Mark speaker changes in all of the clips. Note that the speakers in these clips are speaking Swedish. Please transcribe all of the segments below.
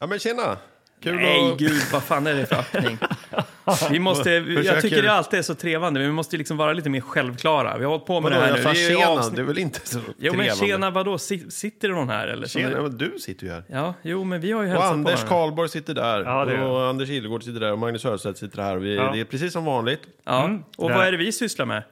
Speaker 1: Ja men tjena! Kul
Speaker 2: Nej,
Speaker 1: att...
Speaker 2: gud, vad fan är det för öppning? Vi måste, jag
Speaker 1: Försöker.
Speaker 2: tycker det alltid är så trevande, men vi måste liksom vara lite mer självklara. Vi har hållit på med
Speaker 1: Vadå,
Speaker 2: det här
Speaker 1: jag
Speaker 2: nu.
Speaker 1: sa
Speaker 2: Det är ju
Speaker 1: tjena,
Speaker 2: avsnitt-
Speaker 1: det är väl inte så
Speaker 2: Jo, men
Speaker 1: trevande?
Speaker 2: tjena, vadå? Si- Sitter det någon här eller? Som
Speaker 1: Tjena,
Speaker 2: är-
Speaker 1: men du sitter ju här.
Speaker 2: Ja, jo, men vi har ju
Speaker 1: Och
Speaker 2: hälsat
Speaker 1: Anders
Speaker 2: på varandra.
Speaker 1: Karlborg sitter där.
Speaker 3: Ja, det gör
Speaker 1: och Anders Illegård sitter där. Och Magnus Hörstedt sitter här. Vi,
Speaker 3: Ja.
Speaker 1: Det är precis som vanligt.
Speaker 2: Ja.
Speaker 3: Mm,
Speaker 2: Och
Speaker 3: det
Speaker 2: vad
Speaker 3: här.
Speaker 2: är det vi sysslar med?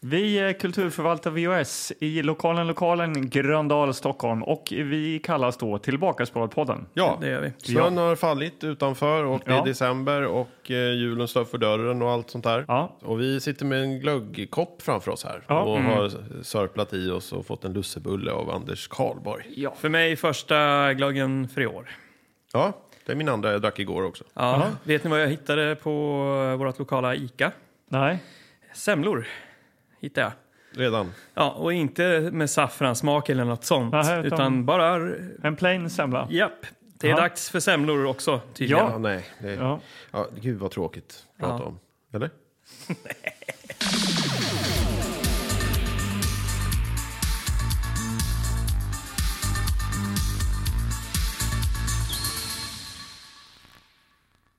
Speaker 3: Vi eh, kulturförvaltar VHS i lokalen Lokalen, Gröndal, Stockholm och vi kallas då Tillbakaspårad-podden.
Speaker 1: Ja,
Speaker 2: Det gör vi.
Speaker 1: snön har fallit utanför och det är
Speaker 3: Ja.
Speaker 1: december och eh, julen står för dörren och allt sånt där.
Speaker 3: Ja.
Speaker 1: Och vi sitter med en glöggkopp framför oss här
Speaker 3: Ja.
Speaker 2: Mm.
Speaker 1: och har sörplat i oss och fått en lussebulle av Anders Karlborg.
Speaker 2: För mig första glöggen för i år.
Speaker 1: Ja, det är min andra jag drack igår också.
Speaker 2: Ja. Vet ni vad jag hittade på vårt lokala ICA?
Speaker 3: Nej.
Speaker 2: Semlor hittade jag.
Speaker 1: Redan.
Speaker 2: Ja, och inte med saffransmak eller något sånt,
Speaker 3: Nähä,
Speaker 2: utan...
Speaker 3: utan-
Speaker 2: bara...
Speaker 3: En plain semla.
Speaker 2: Japp, det är
Speaker 3: Ja.
Speaker 2: dags för semlor också tydligen.
Speaker 1: Ja, nej. Det, ja.
Speaker 3: Ja.
Speaker 1: gud vad tråkigt att prata
Speaker 2: Ja.
Speaker 1: om. Eller?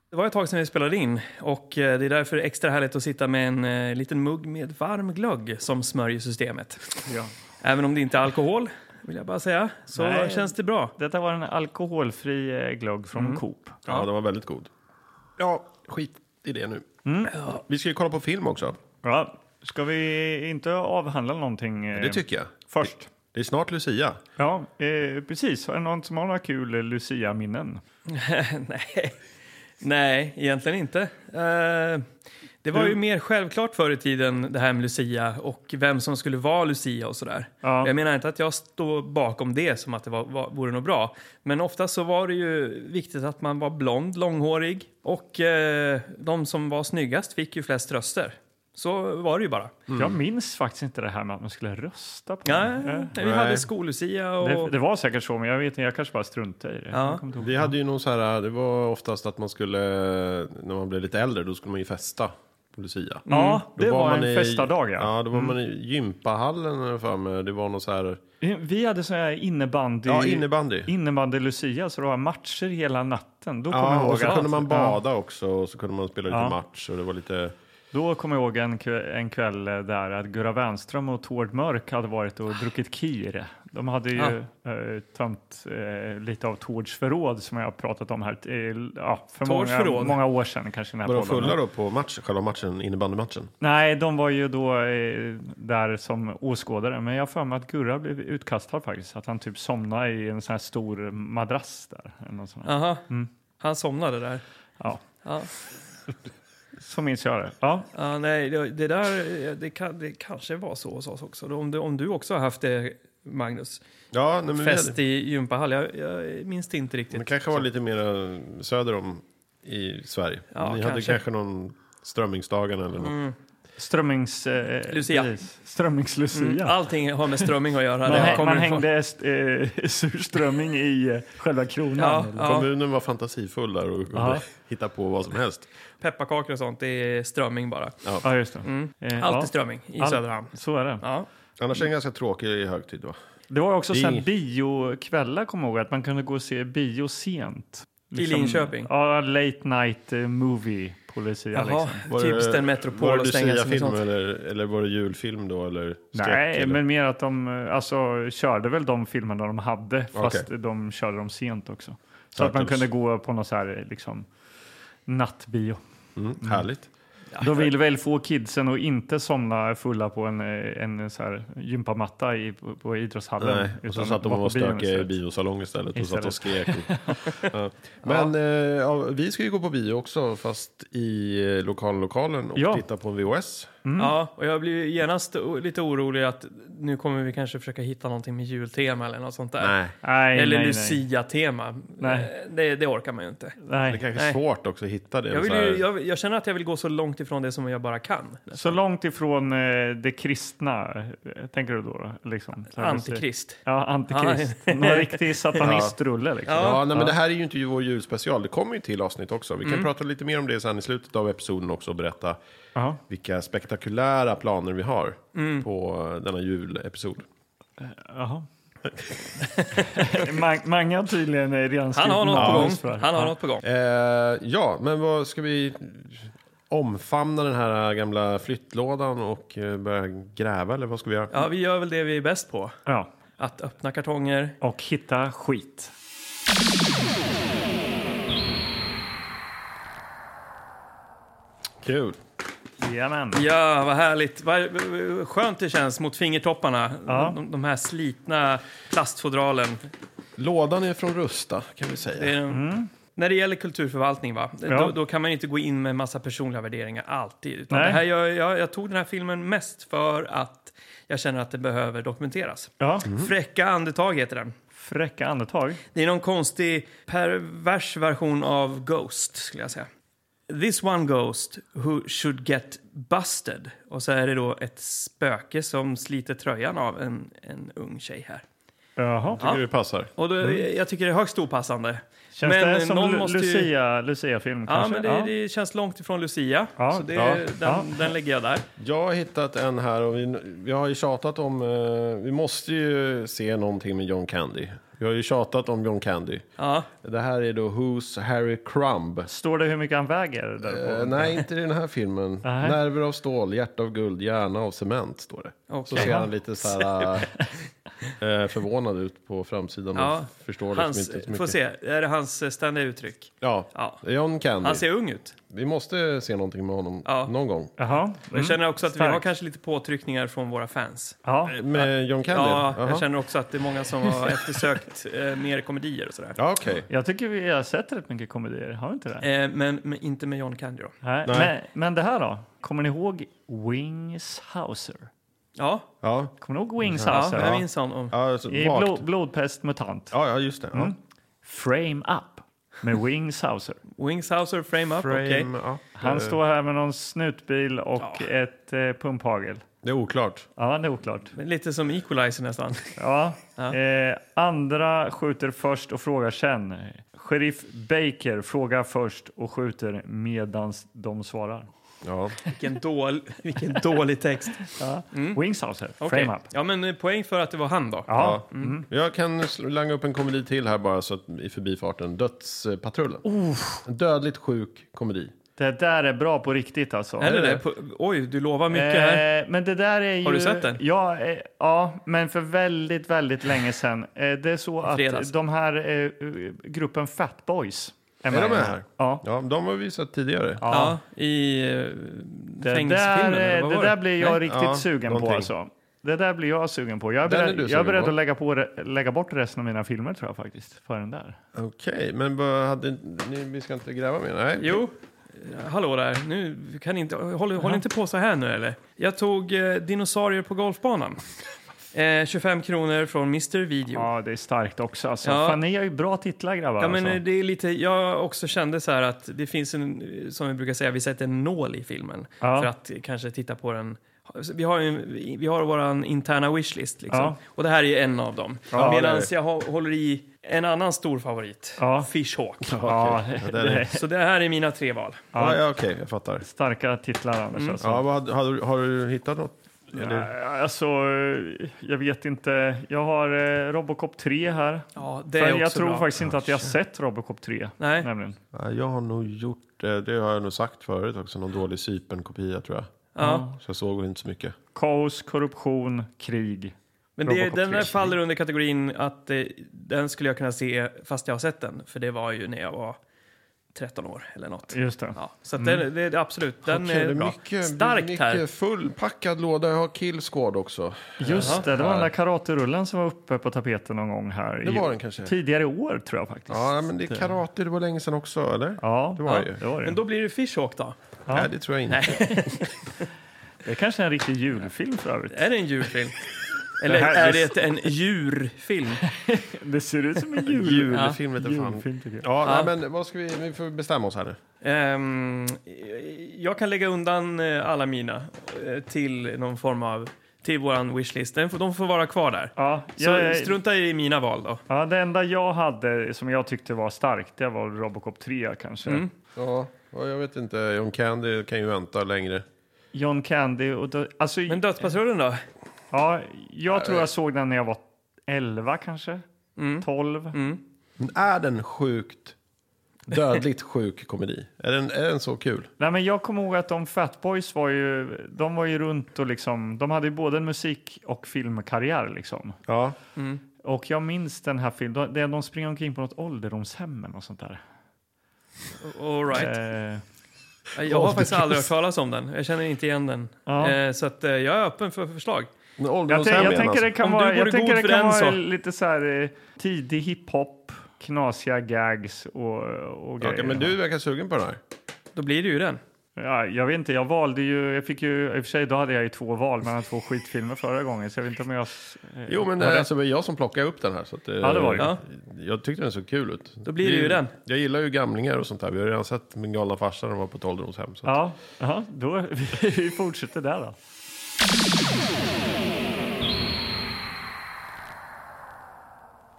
Speaker 2: Det var ett tag sedan vi spelade in och eh, det är därför extra härligt att sitta med en eh, liten mugg med varm glögg som smörjer systemet.
Speaker 3: Ja.
Speaker 2: Även om det inte är alkohol, vill jag bara säga, så
Speaker 3: Nej.
Speaker 2: känns det bra.
Speaker 3: Detta var en alkoholfri eh, glögg från Coop.
Speaker 1: Mm. Ja, den var väldigt god. Ja, skit i det nu.
Speaker 3: Mm.
Speaker 1: Vi ska ju kolla på film också.
Speaker 3: Ja. Ska vi inte avhandla någonting eh,
Speaker 1: Det tycker jag.
Speaker 3: först?
Speaker 1: Det är snart Lucia.
Speaker 3: Ja, eh, precis. Är det någon som har några kul eh, Lucia-minnen?
Speaker 2: Nej. Nej, egentligen inte. Eh, det var ju mer självklart förr i tiden det här med Lucia och vem som skulle vara Lucia och sådär.
Speaker 3: Ja.
Speaker 2: Jag menar inte att jag står bakom det som att det var, var, vore något bra. Men ofta så var det ju viktigt att man var blond, långhårig och eh, de som var snyggast fick ju flest röster. Så var det ju bara.
Speaker 3: Jag minns faktiskt inte det här med att man skulle rösta på den.
Speaker 2: Nej,
Speaker 3: Eh,
Speaker 2: Vi hade
Speaker 1: Mm. Nej.
Speaker 2: skol-Lucia
Speaker 3: Det,
Speaker 2: och...
Speaker 3: det var säkert så, men jag vet inte. Jag kanske bara struntade i det.
Speaker 2: Ja.
Speaker 3: Jag kommer inte ihåg.
Speaker 1: Vi hade ju någon så här, eh, det var oftast att man skulle, eh, när man blev lite äldre, då skulle man ju festa på Lucia.
Speaker 3: Ja,
Speaker 1: Mm, Då
Speaker 3: Mm. det var,
Speaker 1: man
Speaker 3: en festadag. Ja. Mm.
Speaker 1: Ja, då var man i gympahallen eller för mig. Det var någon så här,
Speaker 3: Vi hade så här innebandy,
Speaker 1: ja innebandy.
Speaker 3: innebandy Lucia, så det var matcher hela natten. Då kommer jag
Speaker 1: Ja,
Speaker 3: ihåg
Speaker 1: och så
Speaker 3: att-
Speaker 1: kunde man
Speaker 3: Ja,
Speaker 1: bada också och så kunde man spela lite
Speaker 3: Ja.
Speaker 1: match och det var lite...
Speaker 3: då kommer jag ihåg en, kv- en kväll eh, där att Gurra Wernström och Tord Mörk hade varit och druckit kir. De hade ju eh, tömt eh, lite av Tords förråd som jag har pratat om här eh, ja, för
Speaker 2: Tords
Speaker 3: många,
Speaker 2: förråd?
Speaker 3: många år sedan. Kanske i den här
Speaker 1: Var de
Speaker 3: podden.
Speaker 1: fulla då på match, själva matchen, innebandymatchen?
Speaker 3: Nej, de var ju då eh, där som åskådare, men jag har för mig att Gurra blev utkastad faktiskt. Att han typ somnade i en sån här stor madrass där. eller något sånt.
Speaker 2: Aha. Han somnade där.
Speaker 3: Ja.
Speaker 2: Ja.
Speaker 3: Så minns jag det. Ja.
Speaker 2: Ja, nej, det, det där eh, det, kan, det kanske var så hos oss också. Om du, om du också har haft det, Magnus.
Speaker 1: Ja, nej, men vi hade-
Speaker 2: Fest i gympahall. Jag, jag minns det inte riktigt.
Speaker 1: Men kanske var lite mer söder om i Sverige.
Speaker 2: Ja,
Speaker 1: Ni hade
Speaker 2: kanske. Mm.
Speaker 1: kanske någon Strömmingsdagarna eller något.
Speaker 3: Strömmings... Eh,
Speaker 2: Lucia.
Speaker 3: precis. Strömmings-Lucia.
Speaker 2: Mm, Allting har med strömming att göra.
Speaker 3: Man,
Speaker 2: Det
Speaker 3: hä-
Speaker 2: kommer
Speaker 3: man
Speaker 2: ifrån-
Speaker 3: hängde est- eh, surströmming i eh, själva
Speaker 2: ja,
Speaker 3: kronan. eller?
Speaker 2: ja,
Speaker 1: Kommunen var fantasifull där och kunde
Speaker 3: Ja.
Speaker 1: hitta på vad som helst.
Speaker 2: pepparkakor och sånt, det är strömming bara.
Speaker 3: ja just det. Eh,
Speaker 2: Alltid
Speaker 3: ja.
Speaker 2: strömming i
Speaker 3: Allt-
Speaker 2: Söderhamn.
Speaker 3: Så är det.
Speaker 2: Ja.
Speaker 1: Annars är det en ganska tråkig högtid va?
Speaker 3: Det var också
Speaker 1: Det är
Speaker 3: så här
Speaker 1: ing-
Speaker 3: biokvällar, kommer jag ihåg, att man kunde gå och se bio sent. Liksom-
Speaker 2: I Linköping?
Speaker 3: Ja, late night eh, movie på Lucia.
Speaker 2: Jaha,
Speaker 3: Liksom.
Speaker 2: typiskt
Speaker 1: var
Speaker 2: en typ metropol
Speaker 1: det
Speaker 2: att stänga sig med
Speaker 1: Lucia-film
Speaker 2: sånt.
Speaker 1: eller, eller var det julfilm då? Eller skräck,
Speaker 3: Nej,
Speaker 1: eller?
Speaker 3: men mer att de eh, alltså, körde väl de filmerna de hade, fast de körde dem sent också. Så att man
Speaker 1: Turtles.
Speaker 3: kunde gå på någon så här eh, liksom, nattbio.
Speaker 1: Mm, härligt.
Speaker 3: De vill väl få kidsen att inte somna fulla på en, eh, en så här, gympamatta i, på, på idrottshallen.
Speaker 1: Nej, och så
Speaker 3: utan
Speaker 1: satt de
Speaker 3: vara
Speaker 1: och
Speaker 3: på
Speaker 1: var
Speaker 3: bion
Speaker 1: stökiga i
Speaker 3: istället.
Speaker 1: biosalong istället och satt och
Speaker 3: Istället.
Speaker 1: skrek. ja. Men eh, ja, vi ska ju gå på bio också fast i eh, lokallokalen och
Speaker 3: Ja.
Speaker 1: titta på en VHS.
Speaker 2: Ja, och jag blir genast o- lite orolig att nu kommer vi kanske försöka hitta någonting med jultema eller något sånt där.
Speaker 1: Nej,
Speaker 3: Nej,
Speaker 2: eller
Speaker 3: nej, nej.
Speaker 2: Lucia-tema.
Speaker 3: Nej.
Speaker 2: Eh, Det, det orkar man ju inte.
Speaker 1: det
Speaker 3: Nej.
Speaker 1: kanske är
Speaker 2: Nej.
Speaker 1: svårt också att hitta det.
Speaker 2: Jag, vill
Speaker 1: Så här-
Speaker 2: ju, jag, jag känner att jag vill gå så långt ifrån det som jag bara kan.
Speaker 3: Så långt ifrån eh, det kristna, eh, tänker du då? då? Liksom, så här,
Speaker 2: Antikrist.
Speaker 3: Ja, antikrist. Någon riktig satanistrulle liksom.
Speaker 2: Ja.
Speaker 1: Ja, nej, men det här är ju inte vår julspecial. Det kommer ju till avsnitt också. Vi kan
Speaker 2: Mm.
Speaker 1: prata lite mer om det sen i slutet av episoden också och berätta
Speaker 3: Ja.
Speaker 1: vilka
Speaker 2: Mm.
Speaker 1: spektakulära planer vi har på eh, denna julepisod.
Speaker 3: Jaha. Ma- Mange har tydligen eh, redan
Speaker 2: Han
Speaker 3: skrivit
Speaker 2: har något
Speaker 3: manus
Speaker 2: på
Speaker 3: för.
Speaker 2: gång. Han har
Speaker 3: Ja.
Speaker 2: något på gång.
Speaker 1: Eh, ja, men vad ska vi omfamna den här gamla flyttlådan och eh, börja gräva eller vad ska vi göra?
Speaker 2: Ja, vi gör väl det vi är bäst på.
Speaker 3: Ja.
Speaker 2: Att öppna kartonger.
Speaker 3: Och hitta skit.
Speaker 1: Kul.
Speaker 3: Jajamän.
Speaker 2: Ja, vad härligt. Vad skönt det känns mot fingertopparna.
Speaker 3: Ja.
Speaker 2: De, de här slitna plastfodralen.
Speaker 1: Lådan är från Rusta kan vi
Speaker 2: Det
Speaker 1: säga.
Speaker 2: är, När det gäller kulturförvaltning, va?
Speaker 3: Mm. Ja.
Speaker 2: Då, då kan man ju inte gå in med massa personliga värderingar alltid. Utan
Speaker 3: Nej.
Speaker 2: det här, jag, jag, jag tog den här filmen mest för att jag känner att det behöver dokumenteras.
Speaker 3: Ja.
Speaker 2: Fräcka andetag heter den.
Speaker 3: Fräcka andetag.
Speaker 2: Det är någon konstig pervers version av Ghost, skulle jag säga. This one ghost who should get busted. Och så är det då ett spöke som sliter tröjan av en, en ung tjej här.
Speaker 3: Jaha.
Speaker 1: Tycker du det passar?
Speaker 2: Och då, jag tycker det är högst opassande.
Speaker 3: Mm. Känns
Speaker 2: Men
Speaker 3: det som
Speaker 2: någon
Speaker 3: Lu-
Speaker 2: måste ju-
Speaker 3: Lucia, Lucia-film
Speaker 2: Ja,
Speaker 3: kanske?
Speaker 2: men det, det känns långt ifrån Lucia.
Speaker 3: Ja,
Speaker 2: så det,
Speaker 3: ja,
Speaker 2: den,
Speaker 3: ja.
Speaker 2: den lägger jag där.
Speaker 1: Jag har hittat en här och vi, vi har ju tjatat om, eh, vi måste ju se någonting med John Candy. Vi har ju tjatat om John Candy.
Speaker 2: Ja.
Speaker 1: Det här är då Who's Harry Crumb.
Speaker 3: Står det hur mycket han väger? Där på?
Speaker 1: Eh, nej, inte i den här filmen.
Speaker 3: Nej.
Speaker 1: Nerver av stål, hjärta av guld, hjärna av cement, står det. Så
Speaker 2: Okej.
Speaker 1: ser han lite så här eh, förvånad ut på framsidan.
Speaker 2: Ja,
Speaker 1: Ja. Förstår liksom
Speaker 2: Hans,
Speaker 1: inte så mycket.
Speaker 2: får se, är det hans eh, ständiga uttryck?
Speaker 1: Ja,
Speaker 2: Ja.
Speaker 1: John Candy.
Speaker 2: Han ser ung ut.
Speaker 1: Vi måste se någonting med honom
Speaker 2: Ja.
Speaker 1: någon gång.
Speaker 3: Jaha. Mm.
Speaker 2: Jag känner också att vi har
Speaker 3: starkt.
Speaker 2: kanske lite påtryckningar från våra fans.
Speaker 3: Ja.
Speaker 1: Med John Candy?
Speaker 2: Ja,
Speaker 1: Jaha.
Speaker 2: jag känner också att det är många som har eftersökt eh, mer komedier och sådär.
Speaker 1: Ja, okej.
Speaker 3: Jag tycker vi har sett rätt mycket komedier, har vi inte det?
Speaker 2: Eh, men, men inte med John Candy då.
Speaker 3: Nej.
Speaker 1: Nej.
Speaker 3: Men, men det här då? Kommer ni ihåg Wings Hauser?
Speaker 2: Ja,
Speaker 1: Ja,
Speaker 3: Kommer ni ihåg Wings
Speaker 2: ja
Speaker 3: Hauser?
Speaker 2: jag minns honom.
Speaker 1: ja, alltså,
Speaker 3: I
Speaker 1: vagt.
Speaker 3: blod, Blodpest Mutant.
Speaker 1: ja, ja just det. Ja.
Speaker 3: Mm. Frame Up med Wings Hauser.
Speaker 2: Wingshauser, Frame Up,
Speaker 1: Frame,
Speaker 2: okej.
Speaker 1: ja. Eh,
Speaker 3: Han står här med någon snutbil och ett eh, pumphagel.
Speaker 1: Det är oklart.
Speaker 3: Ja, det är oklart.
Speaker 2: Men Lite som Equalizer nästan.
Speaker 3: Ja.
Speaker 2: Ja.
Speaker 3: Eh, andra skjuter först och frågar sen. Sheriff Baker frågar först och skjuter medan de svarar.
Speaker 1: Ja.
Speaker 2: Vilken, dål, vilken dålig text.
Speaker 3: Ja. Wings Hauser,
Speaker 2: Mm. Okej.
Speaker 3: Frame Up.
Speaker 2: Ja, men eh, poäng för att det var han då.
Speaker 3: Ja.
Speaker 1: Ja. Jag kan slanga upp en komedi till här bara så att, i förbifarten. Dödspatrullen. En dödligt sjuk komedi.
Speaker 3: Det där är bra på riktigt alltså.
Speaker 2: Är det det? På- Oj, du lovar mycket här.
Speaker 3: Eh, men det där är ju,
Speaker 2: Har du sett den?
Speaker 3: Ja, eh, ja, men för väldigt, väldigt länge sedan. Eh, det är så att
Speaker 2: Fredags.
Speaker 3: de här eh, gruppen Fat Boys är,
Speaker 1: Är de
Speaker 3: i den
Speaker 1: med här?
Speaker 3: Ja.
Speaker 1: Ja, de har vi sett tidigare.
Speaker 3: ja.
Speaker 2: Ja, i eh,
Speaker 3: Det,
Speaker 2: fängelsefilmen.
Speaker 3: där,
Speaker 2: eller
Speaker 3: eh,
Speaker 2: vad
Speaker 3: det
Speaker 2: var
Speaker 3: där blir jag
Speaker 2: Nej.
Speaker 3: riktigt
Speaker 1: Ja,
Speaker 3: sugen på
Speaker 1: någonting.
Speaker 3: alltså. Det där blir jag sugen på. Jag är
Speaker 1: Den är
Speaker 3: beredd,
Speaker 1: du
Speaker 3: jag är
Speaker 1: sugen
Speaker 3: beredd
Speaker 1: på?
Speaker 3: att lägga, på, re- lägga bort resten av mina filmer tror jag faktiskt. För den där.
Speaker 1: Okej, men vad hade, ni, vi ska inte gräva mer? Nej.
Speaker 2: Jo. Eh, Hallå där, nu kan ni inte, håll, håll inte på så här nu eller? Jag tog eh, dinosaurier på golfbanan. Eh, 25 kronor från Mr. Video. Ja,
Speaker 3: Ja, det är starkt också. Alltså.
Speaker 2: Ja.
Speaker 3: Fan, ni har ju bra titlar grabbar.
Speaker 2: men eh,
Speaker 3: alltså.
Speaker 2: det är lite, jag också kände så här att det finns en, eh, som vi brukar säga, vi sätter en nål i filmen.
Speaker 3: Ja.
Speaker 2: För att eh, kanske titta på den. Vi har, ju en, vi har vår interna wishlist liksom.
Speaker 3: Ja.
Speaker 2: Och det här är ju en av dem.
Speaker 3: Ja,
Speaker 2: Medan
Speaker 1: det
Speaker 2: jag hå- håller i en annan stor favorit,
Speaker 3: Ja.
Speaker 2: Fishhawk.
Speaker 3: ja,
Speaker 1: Ja,
Speaker 3: det
Speaker 1: den är-
Speaker 3: är
Speaker 2: Så det här är mina tre val.
Speaker 1: Ja, ja, okej, jag fattar.
Speaker 3: starka titlar Anders.
Speaker 2: Mm.
Speaker 3: Alltså.
Speaker 1: Ja, vad, hade- har, du- har du hittat något? Eller?
Speaker 3: Nej, Alltså, eh, jag vet inte. Jag har eh, Robocop 3 här.
Speaker 2: Ja, det
Speaker 3: För
Speaker 2: är
Speaker 3: jag
Speaker 2: också
Speaker 3: tror
Speaker 2: bra.
Speaker 3: faktiskt inte att jag har sett Robocop 3.
Speaker 2: Nej.
Speaker 3: Nämligen.
Speaker 1: Ja, jag har nog gjort, eh, det har jag nog sagt förut också, någon dålig Cypern-kopia tror jag.
Speaker 2: Ja.
Speaker 1: Så jag såg inte så mycket.
Speaker 3: Mm. Kaos, korruption, krig.
Speaker 2: Men det,
Speaker 3: Robocop
Speaker 2: den där
Speaker 3: 3.
Speaker 2: faller under kategorin att eh, den skulle jag kunna se fast jag har sett den. För det var ju när jag var 13 år eller något.
Speaker 3: Just det.
Speaker 2: Ja, så att den, det, är absolut, den
Speaker 1: Okej,
Speaker 2: är
Speaker 1: det
Speaker 2: bra.
Speaker 1: mycket,
Speaker 2: Starkt
Speaker 1: mycket
Speaker 2: här.
Speaker 1: fullpackad låda. Jag har Killsquad också.
Speaker 3: Just det, det var den där karaterullen som var uppe på tapeten någon gång här.
Speaker 1: Det
Speaker 3: i,
Speaker 1: var den kanske.
Speaker 3: Tidigare i år tror jag faktiskt.
Speaker 1: Ja, men det är karate. Det var länge sedan också, eller?
Speaker 3: Ja,
Speaker 1: Det var
Speaker 2: Ja.
Speaker 1: ju.
Speaker 3: det var det.
Speaker 2: Men då blir det Fishhawk då?
Speaker 3: Ja.
Speaker 1: Nej, det tror jag inte.
Speaker 3: Det är kanske är en riktig julfilm för övrigt.
Speaker 2: Är det en djurfilm? Eller
Speaker 3: Det här-
Speaker 2: är
Speaker 3: det-
Speaker 2: det en djurfilm?
Speaker 3: Det ser ut som en jul.
Speaker 1: Julfilm vete fan.
Speaker 3: julfilm tycker jag.
Speaker 1: Ja,
Speaker 2: Ja.
Speaker 1: Nej, men vad ska vi, vi får bestämma oss här nu.
Speaker 2: Ehm, jag kan lägga undan eh, alla mina eh, till någon form av till våran wishlist. Den får, de får vara kvar där.
Speaker 3: Ja,
Speaker 2: Så
Speaker 3: jag,
Speaker 2: strunta i mina val då.
Speaker 3: ja, det enda jag hade som jag tyckte var starkt, det var Robocop 3 kanske.
Speaker 2: Mm.
Speaker 1: Ja, ja, jag vet inte. John Candy kan ju vänta längre.
Speaker 3: John Candy och... Då, alltså,
Speaker 2: Men Dödspatrullen då? eh.
Speaker 3: Ja, jag tror jag såg den när jag var 11 kanske?
Speaker 2: Mm.
Speaker 3: 12?
Speaker 1: Men Är den sjukt, dödligt sjuk komedi? Är den, är den så kul?
Speaker 3: Nej, men jag kommer ihåg att de Fatboys var ju, de var ju runt och liksom, de hade ju både en musik och filmkarriär liksom.
Speaker 1: Ja.
Speaker 2: mm.
Speaker 3: Och jag minns den här filmen, de, de springer omkring på något ålderdomshem eller något sånt där.
Speaker 2: All right.
Speaker 3: Eh,
Speaker 2: Jag har faktiskt aldrig hört talas om den. Jag känner inte igen den.
Speaker 3: Ja.
Speaker 2: Eh, Så att eh, jag är öppen för förslag.
Speaker 1: Men
Speaker 3: jag, tän-
Speaker 1: ålderdomshem
Speaker 3: jag
Speaker 1: igen
Speaker 3: tänker
Speaker 1: alltså.
Speaker 3: det kan
Speaker 2: Om du
Speaker 3: vara,
Speaker 2: vore
Speaker 3: jag tänker
Speaker 2: god
Speaker 3: det
Speaker 2: för
Speaker 3: kan
Speaker 2: den,
Speaker 3: vara
Speaker 2: så.
Speaker 3: lite så här eh, tidig hiphop, knasiga gags och, och
Speaker 1: Okej,
Speaker 3: grejer.
Speaker 1: men du verkar sugen på den här.
Speaker 2: Då blir det ju den.
Speaker 3: Ja, jag vet inte, jag valde ju, jag fick ju, i och för sig då hade jag ju två val mellan två skitfilmer förra gången så jag vet inte om jag... eh,
Speaker 1: Jo, men
Speaker 3: har
Speaker 1: det
Speaker 3: rätt.
Speaker 1: alltså, det var jag som plockade upp den här. Så att, eh,
Speaker 3: Ja, det var det.
Speaker 2: Ja.
Speaker 1: Jag tyckte den såg kul ut.
Speaker 2: Då blir det ju den.
Speaker 1: Jag gillar ju gamlingar och sånt där. Vi har redan sett min galna farsa när han var på ett ålderdomshem. Så.
Speaker 3: Ja, ja då, vi fortsätter där då.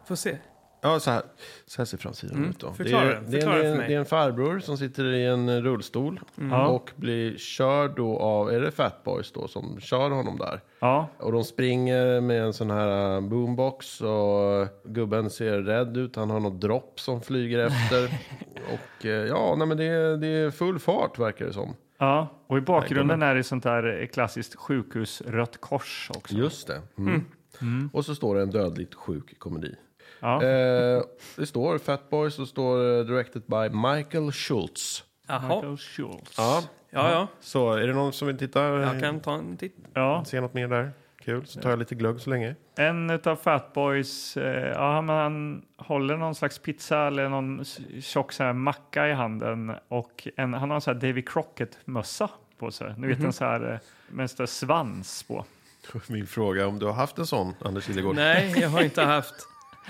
Speaker 2: Får se.
Speaker 1: Ja, så här, så här ser framsidan ut. Då.
Speaker 2: Mm, förklara
Speaker 1: det, är,
Speaker 2: den.
Speaker 1: det,
Speaker 2: Förklara
Speaker 1: är
Speaker 2: den
Speaker 1: en,
Speaker 2: för mig. Mm.
Speaker 1: det är en farbror som sitter i en eh, rullstol
Speaker 3: Ja.
Speaker 1: och blir körd då av, är det Fatboys då som kör honom där?
Speaker 3: Ja,
Speaker 1: Och de springer med en sån här eh, boombox och eh, gubben ser rädd ut. Han har något dropp som flyger efter. och eh, ja, nej men det, är- det är full fart verkar det som.
Speaker 3: ja. och i bakgrunden är det sånt där klassiskt sjukhus Rött Kors också.
Speaker 1: Just det. Mm. Och så står det en dödligt sjuk komedi.
Speaker 3: Ja.
Speaker 1: Eh, det står Fatboys och står eh, directed by Michael Schultz.
Speaker 2: Jaha.
Speaker 3: Michael Schultz.
Speaker 1: Ja,
Speaker 2: Ja, ja.
Speaker 1: så är det någon som vill titta?
Speaker 3: Eh.
Speaker 2: Jag kan ta en titt.
Speaker 3: Ja,
Speaker 1: Se något mer där? Kul, så tar jag lite glögg så länge.
Speaker 3: en av Fatboys, eh, ja, han, han håller någon slags pizza eller någon s- tjock så här macka i handen och en, han har en sån här Davy Crockett-mössa på sig. Ni vet en så här eh, med en sån där svans på.
Speaker 1: Min fråga om du har haft en sån, Anders Lillegård?
Speaker 2: Nej, jag har inte haft.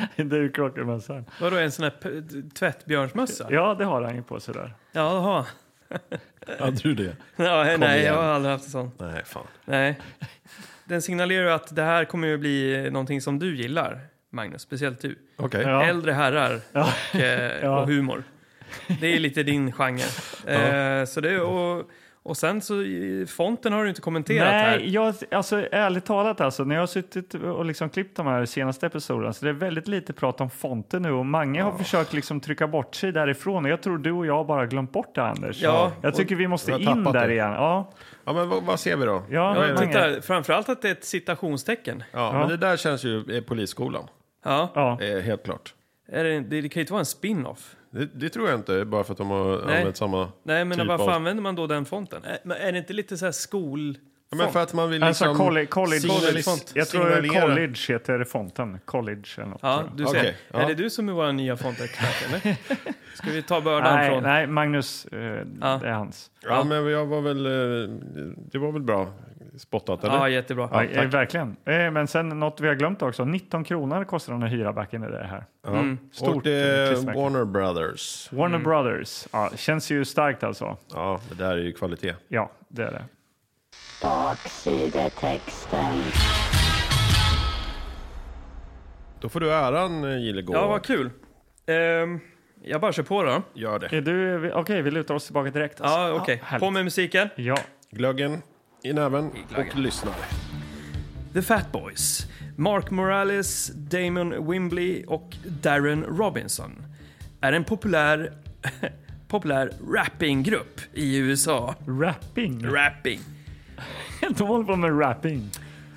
Speaker 3: Davy Crockett-mössan.
Speaker 2: Vadå, en sån här p- tvättbjörnsmössa?
Speaker 3: Ja, det har han ju på sig där.
Speaker 2: Jaha.
Speaker 1: Hade du det?
Speaker 2: Ja,
Speaker 1: Kom
Speaker 2: nej, jag
Speaker 1: igen.
Speaker 2: har aldrig haft en sån.
Speaker 1: Nej, fan.
Speaker 2: Nej. Den signalerar ju att det här kommer ju bli någonting som du gillar, Magnus. Speciellt du.
Speaker 1: Okej.
Speaker 3: Ja.
Speaker 2: Äldre herrar och, eh,
Speaker 3: Ja.
Speaker 2: och humor. Det är lite din genre. Eh, så det, och, och sen så, i- fonten har du inte kommenterat
Speaker 3: Nej,
Speaker 2: här.
Speaker 3: jag, alltså, ärligt talat, alltså, när jag har suttit och liksom klippt de här senaste episoderna så det är väldigt lite prat om fonten nu och många har försökt liksom trycka bort sig därifrån och jag tror du och jag bara har glömt bort det Anders.
Speaker 2: Ja,
Speaker 3: jag tycker vi måste
Speaker 1: jag har
Speaker 3: in
Speaker 1: tappat
Speaker 3: där
Speaker 1: det.
Speaker 3: igen. Ja,
Speaker 1: Ja, men vad, vad ser vi då?
Speaker 2: Ja,
Speaker 3: ja, Mange.
Speaker 2: titta, framförallt att det är ett citationstecken.
Speaker 1: Ja, men det där känns ju eh, polisskolan.
Speaker 2: Ja.
Speaker 3: ja.
Speaker 1: Eh, helt klart.
Speaker 2: Är det, det, det kan ju inte vara en spin-off.
Speaker 1: Det, det tror jag inte, bara för att de har
Speaker 2: Nej.
Speaker 1: använt samma...
Speaker 2: Nej, men
Speaker 1: Typ
Speaker 2: varför
Speaker 1: av-
Speaker 2: använder man då den fonten? Är, men är det inte lite så här skol...
Speaker 1: Ja, men för att man vill liksom...
Speaker 3: Alltså, colle- college,
Speaker 1: signalis-
Speaker 2: College-font.
Speaker 3: jag tror
Speaker 1: signalera.
Speaker 3: college heter fonten. College eller något.
Speaker 2: Ja,
Speaker 3: tror
Speaker 2: du ser.
Speaker 1: Okej, ja.
Speaker 2: Är det du som är vår nya fontexpert, eller? Ska vi ta
Speaker 3: jag.
Speaker 2: bördan
Speaker 3: Nej,
Speaker 2: från...
Speaker 3: nej, Magnus, eh, det är hans.
Speaker 1: Ja, men jag var väl... eh, Det var väl bra spottat, eller?
Speaker 2: Ja, jättebra.
Speaker 3: Ja, eh, verkligen. Eh, men sen något vi har glömt också. 19 kronor kostar den att hyra back in i det här.
Speaker 1: Ja.
Speaker 3: Stort
Speaker 1: och det är
Speaker 3: klistermärke.
Speaker 1: Warner Brothers.
Speaker 3: Warner Brothers. Ja, känns ju starkt alltså.
Speaker 1: Ja, det där är ju kvalitet.
Speaker 3: Ja, det är det.
Speaker 4: Baksidetexten.
Speaker 1: Då får du äran, eh, Gillegård.
Speaker 2: Ja, vad kul. Ehm, jag bara kör på då.
Speaker 1: Gör det.
Speaker 3: Är du, vi- okej, vi lutar oss tillbaka direkt. alltså.
Speaker 2: Ja, okej.
Speaker 3: härligt.
Speaker 2: på med musiken.
Speaker 3: Ja,
Speaker 1: Glöggen i näven och lyssna.
Speaker 2: The Fat Boys. Mark Morales, Damon Wimbley och Darren Robinson är en populär, populär rappinggrupp i USA.
Speaker 3: Mm. rapping.
Speaker 2: Rapping.
Speaker 3: De håller på med rapping.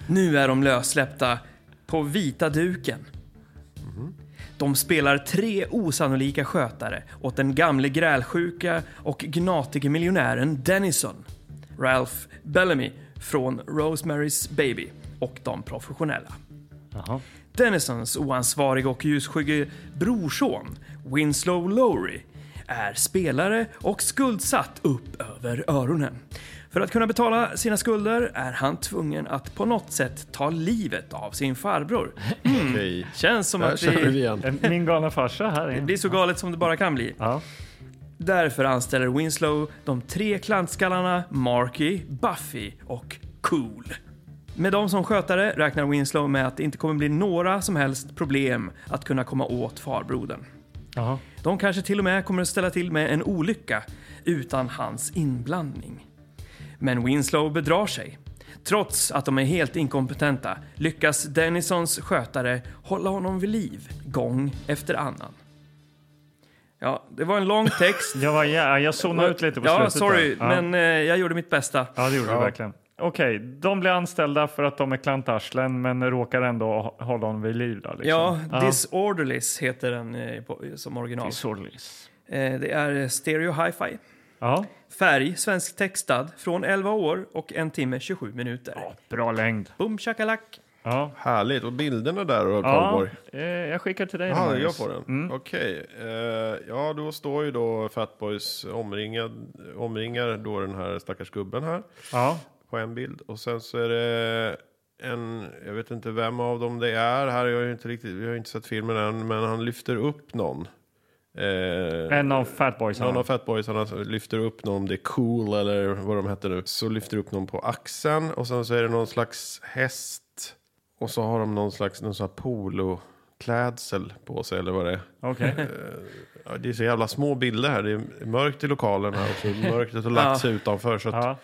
Speaker 2: Nu är de lössläppta på vita duken. De spelar tre osannolika skötare åt den gamle grälsjuka och gnatige miljonären Dennison. Ralph Bellamy från Rosemary's Baby och de professionella.
Speaker 3: Jaha.
Speaker 2: Dennisons oansvarig och ljusskygge brorson, Winslow Lowry, är spelare och skuldsatt upp över öronen. För att kunna betala sina skulder är han tvungen att på något sätt ta livet av sin farbror.
Speaker 1: Mm. Okej.
Speaker 2: Känns som
Speaker 1: Där
Speaker 2: att
Speaker 1: kör vi
Speaker 2: det
Speaker 1: igen.
Speaker 3: Eh, Min galna farsa här är.
Speaker 2: blir så galet som det bara kan bli.
Speaker 3: Ja.
Speaker 2: Därför anställer Winslow de tre klantskallarna Marky, Buffy och Cool. Med dem som skötare räknar Winslow med att det inte kommer bli några som helst problem att kunna komma åt farbrodern.
Speaker 3: Jaha.
Speaker 2: De kanske till och med kommer att ställa till med en olycka utan hans inblandning. Men Winslow bedrar sig. Trots att de är helt inkompetenta lyckas Dennisons skötare hålla honom vid liv gång efter annan. Ja, det var en lång text.
Speaker 3: Jag, var, ja, jag zonade ut lite på
Speaker 2: ja,
Speaker 3: slutet.
Speaker 2: sorry,
Speaker 3: där. Ja.
Speaker 2: men eh, jag gjorde mitt bästa.
Speaker 3: Ja, det gjorde
Speaker 1: Ja.
Speaker 3: du verkligen. Okej, de blir anställda för att de är klantarslen men råkar ändå hå- hålla honom vid liv. Då, liksom.
Speaker 2: Ja, Disorderlies heter den eh, på, som original.
Speaker 3: Disorderlies.
Speaker 2: Eh, det är stereo hi-fi.
Speaker 3: Ja,
Speaker 2: Färg, svensk textad, från 11 år och en timme 27 minuter.
Speaker 3: bra längd.
Speaker 2: Boom shakalak.
Speaker 3: Ja.
Speaker 1: Härligt. Och bilderna där då,
Speaker 3: Ja,
Speaker 1: Karlborg?
Speaker 3: eh, jag skickar till dig.
Speaker 1: Ja, Mm.
Speaker 3: Marius.
Speaker 1: jag får den. Okej. Eh, ja, då står ju då Fatboys omringad, omringar då den här stackars gubben här
Speaker 3: Ja.
Speaker 1: på en bild. Och sen så är det en, jag vet inte vem av dem det är här, jag har ju inte riktigt, vi har ju inte sett filmen än, men han lyfter upp någon. Eh,
Speaker 3: En av Fatboys.
Speaker 1: någon av Fatboysarna lyfter upp någon, om det är cool eller vad de hette nu. Så lyfter upp någon på axeln och sen så är det någon slags häst. Och så har de någon slags någon sån här poloklädsel på sig eller vad det är.
Speaker 3: Okej.
Speaker 1: Ja, det är så jävla små bilder här. Det är mörkt i lokalen här och så mörkret har lagt sig utanför. Så att,
Speaker 3: Ja.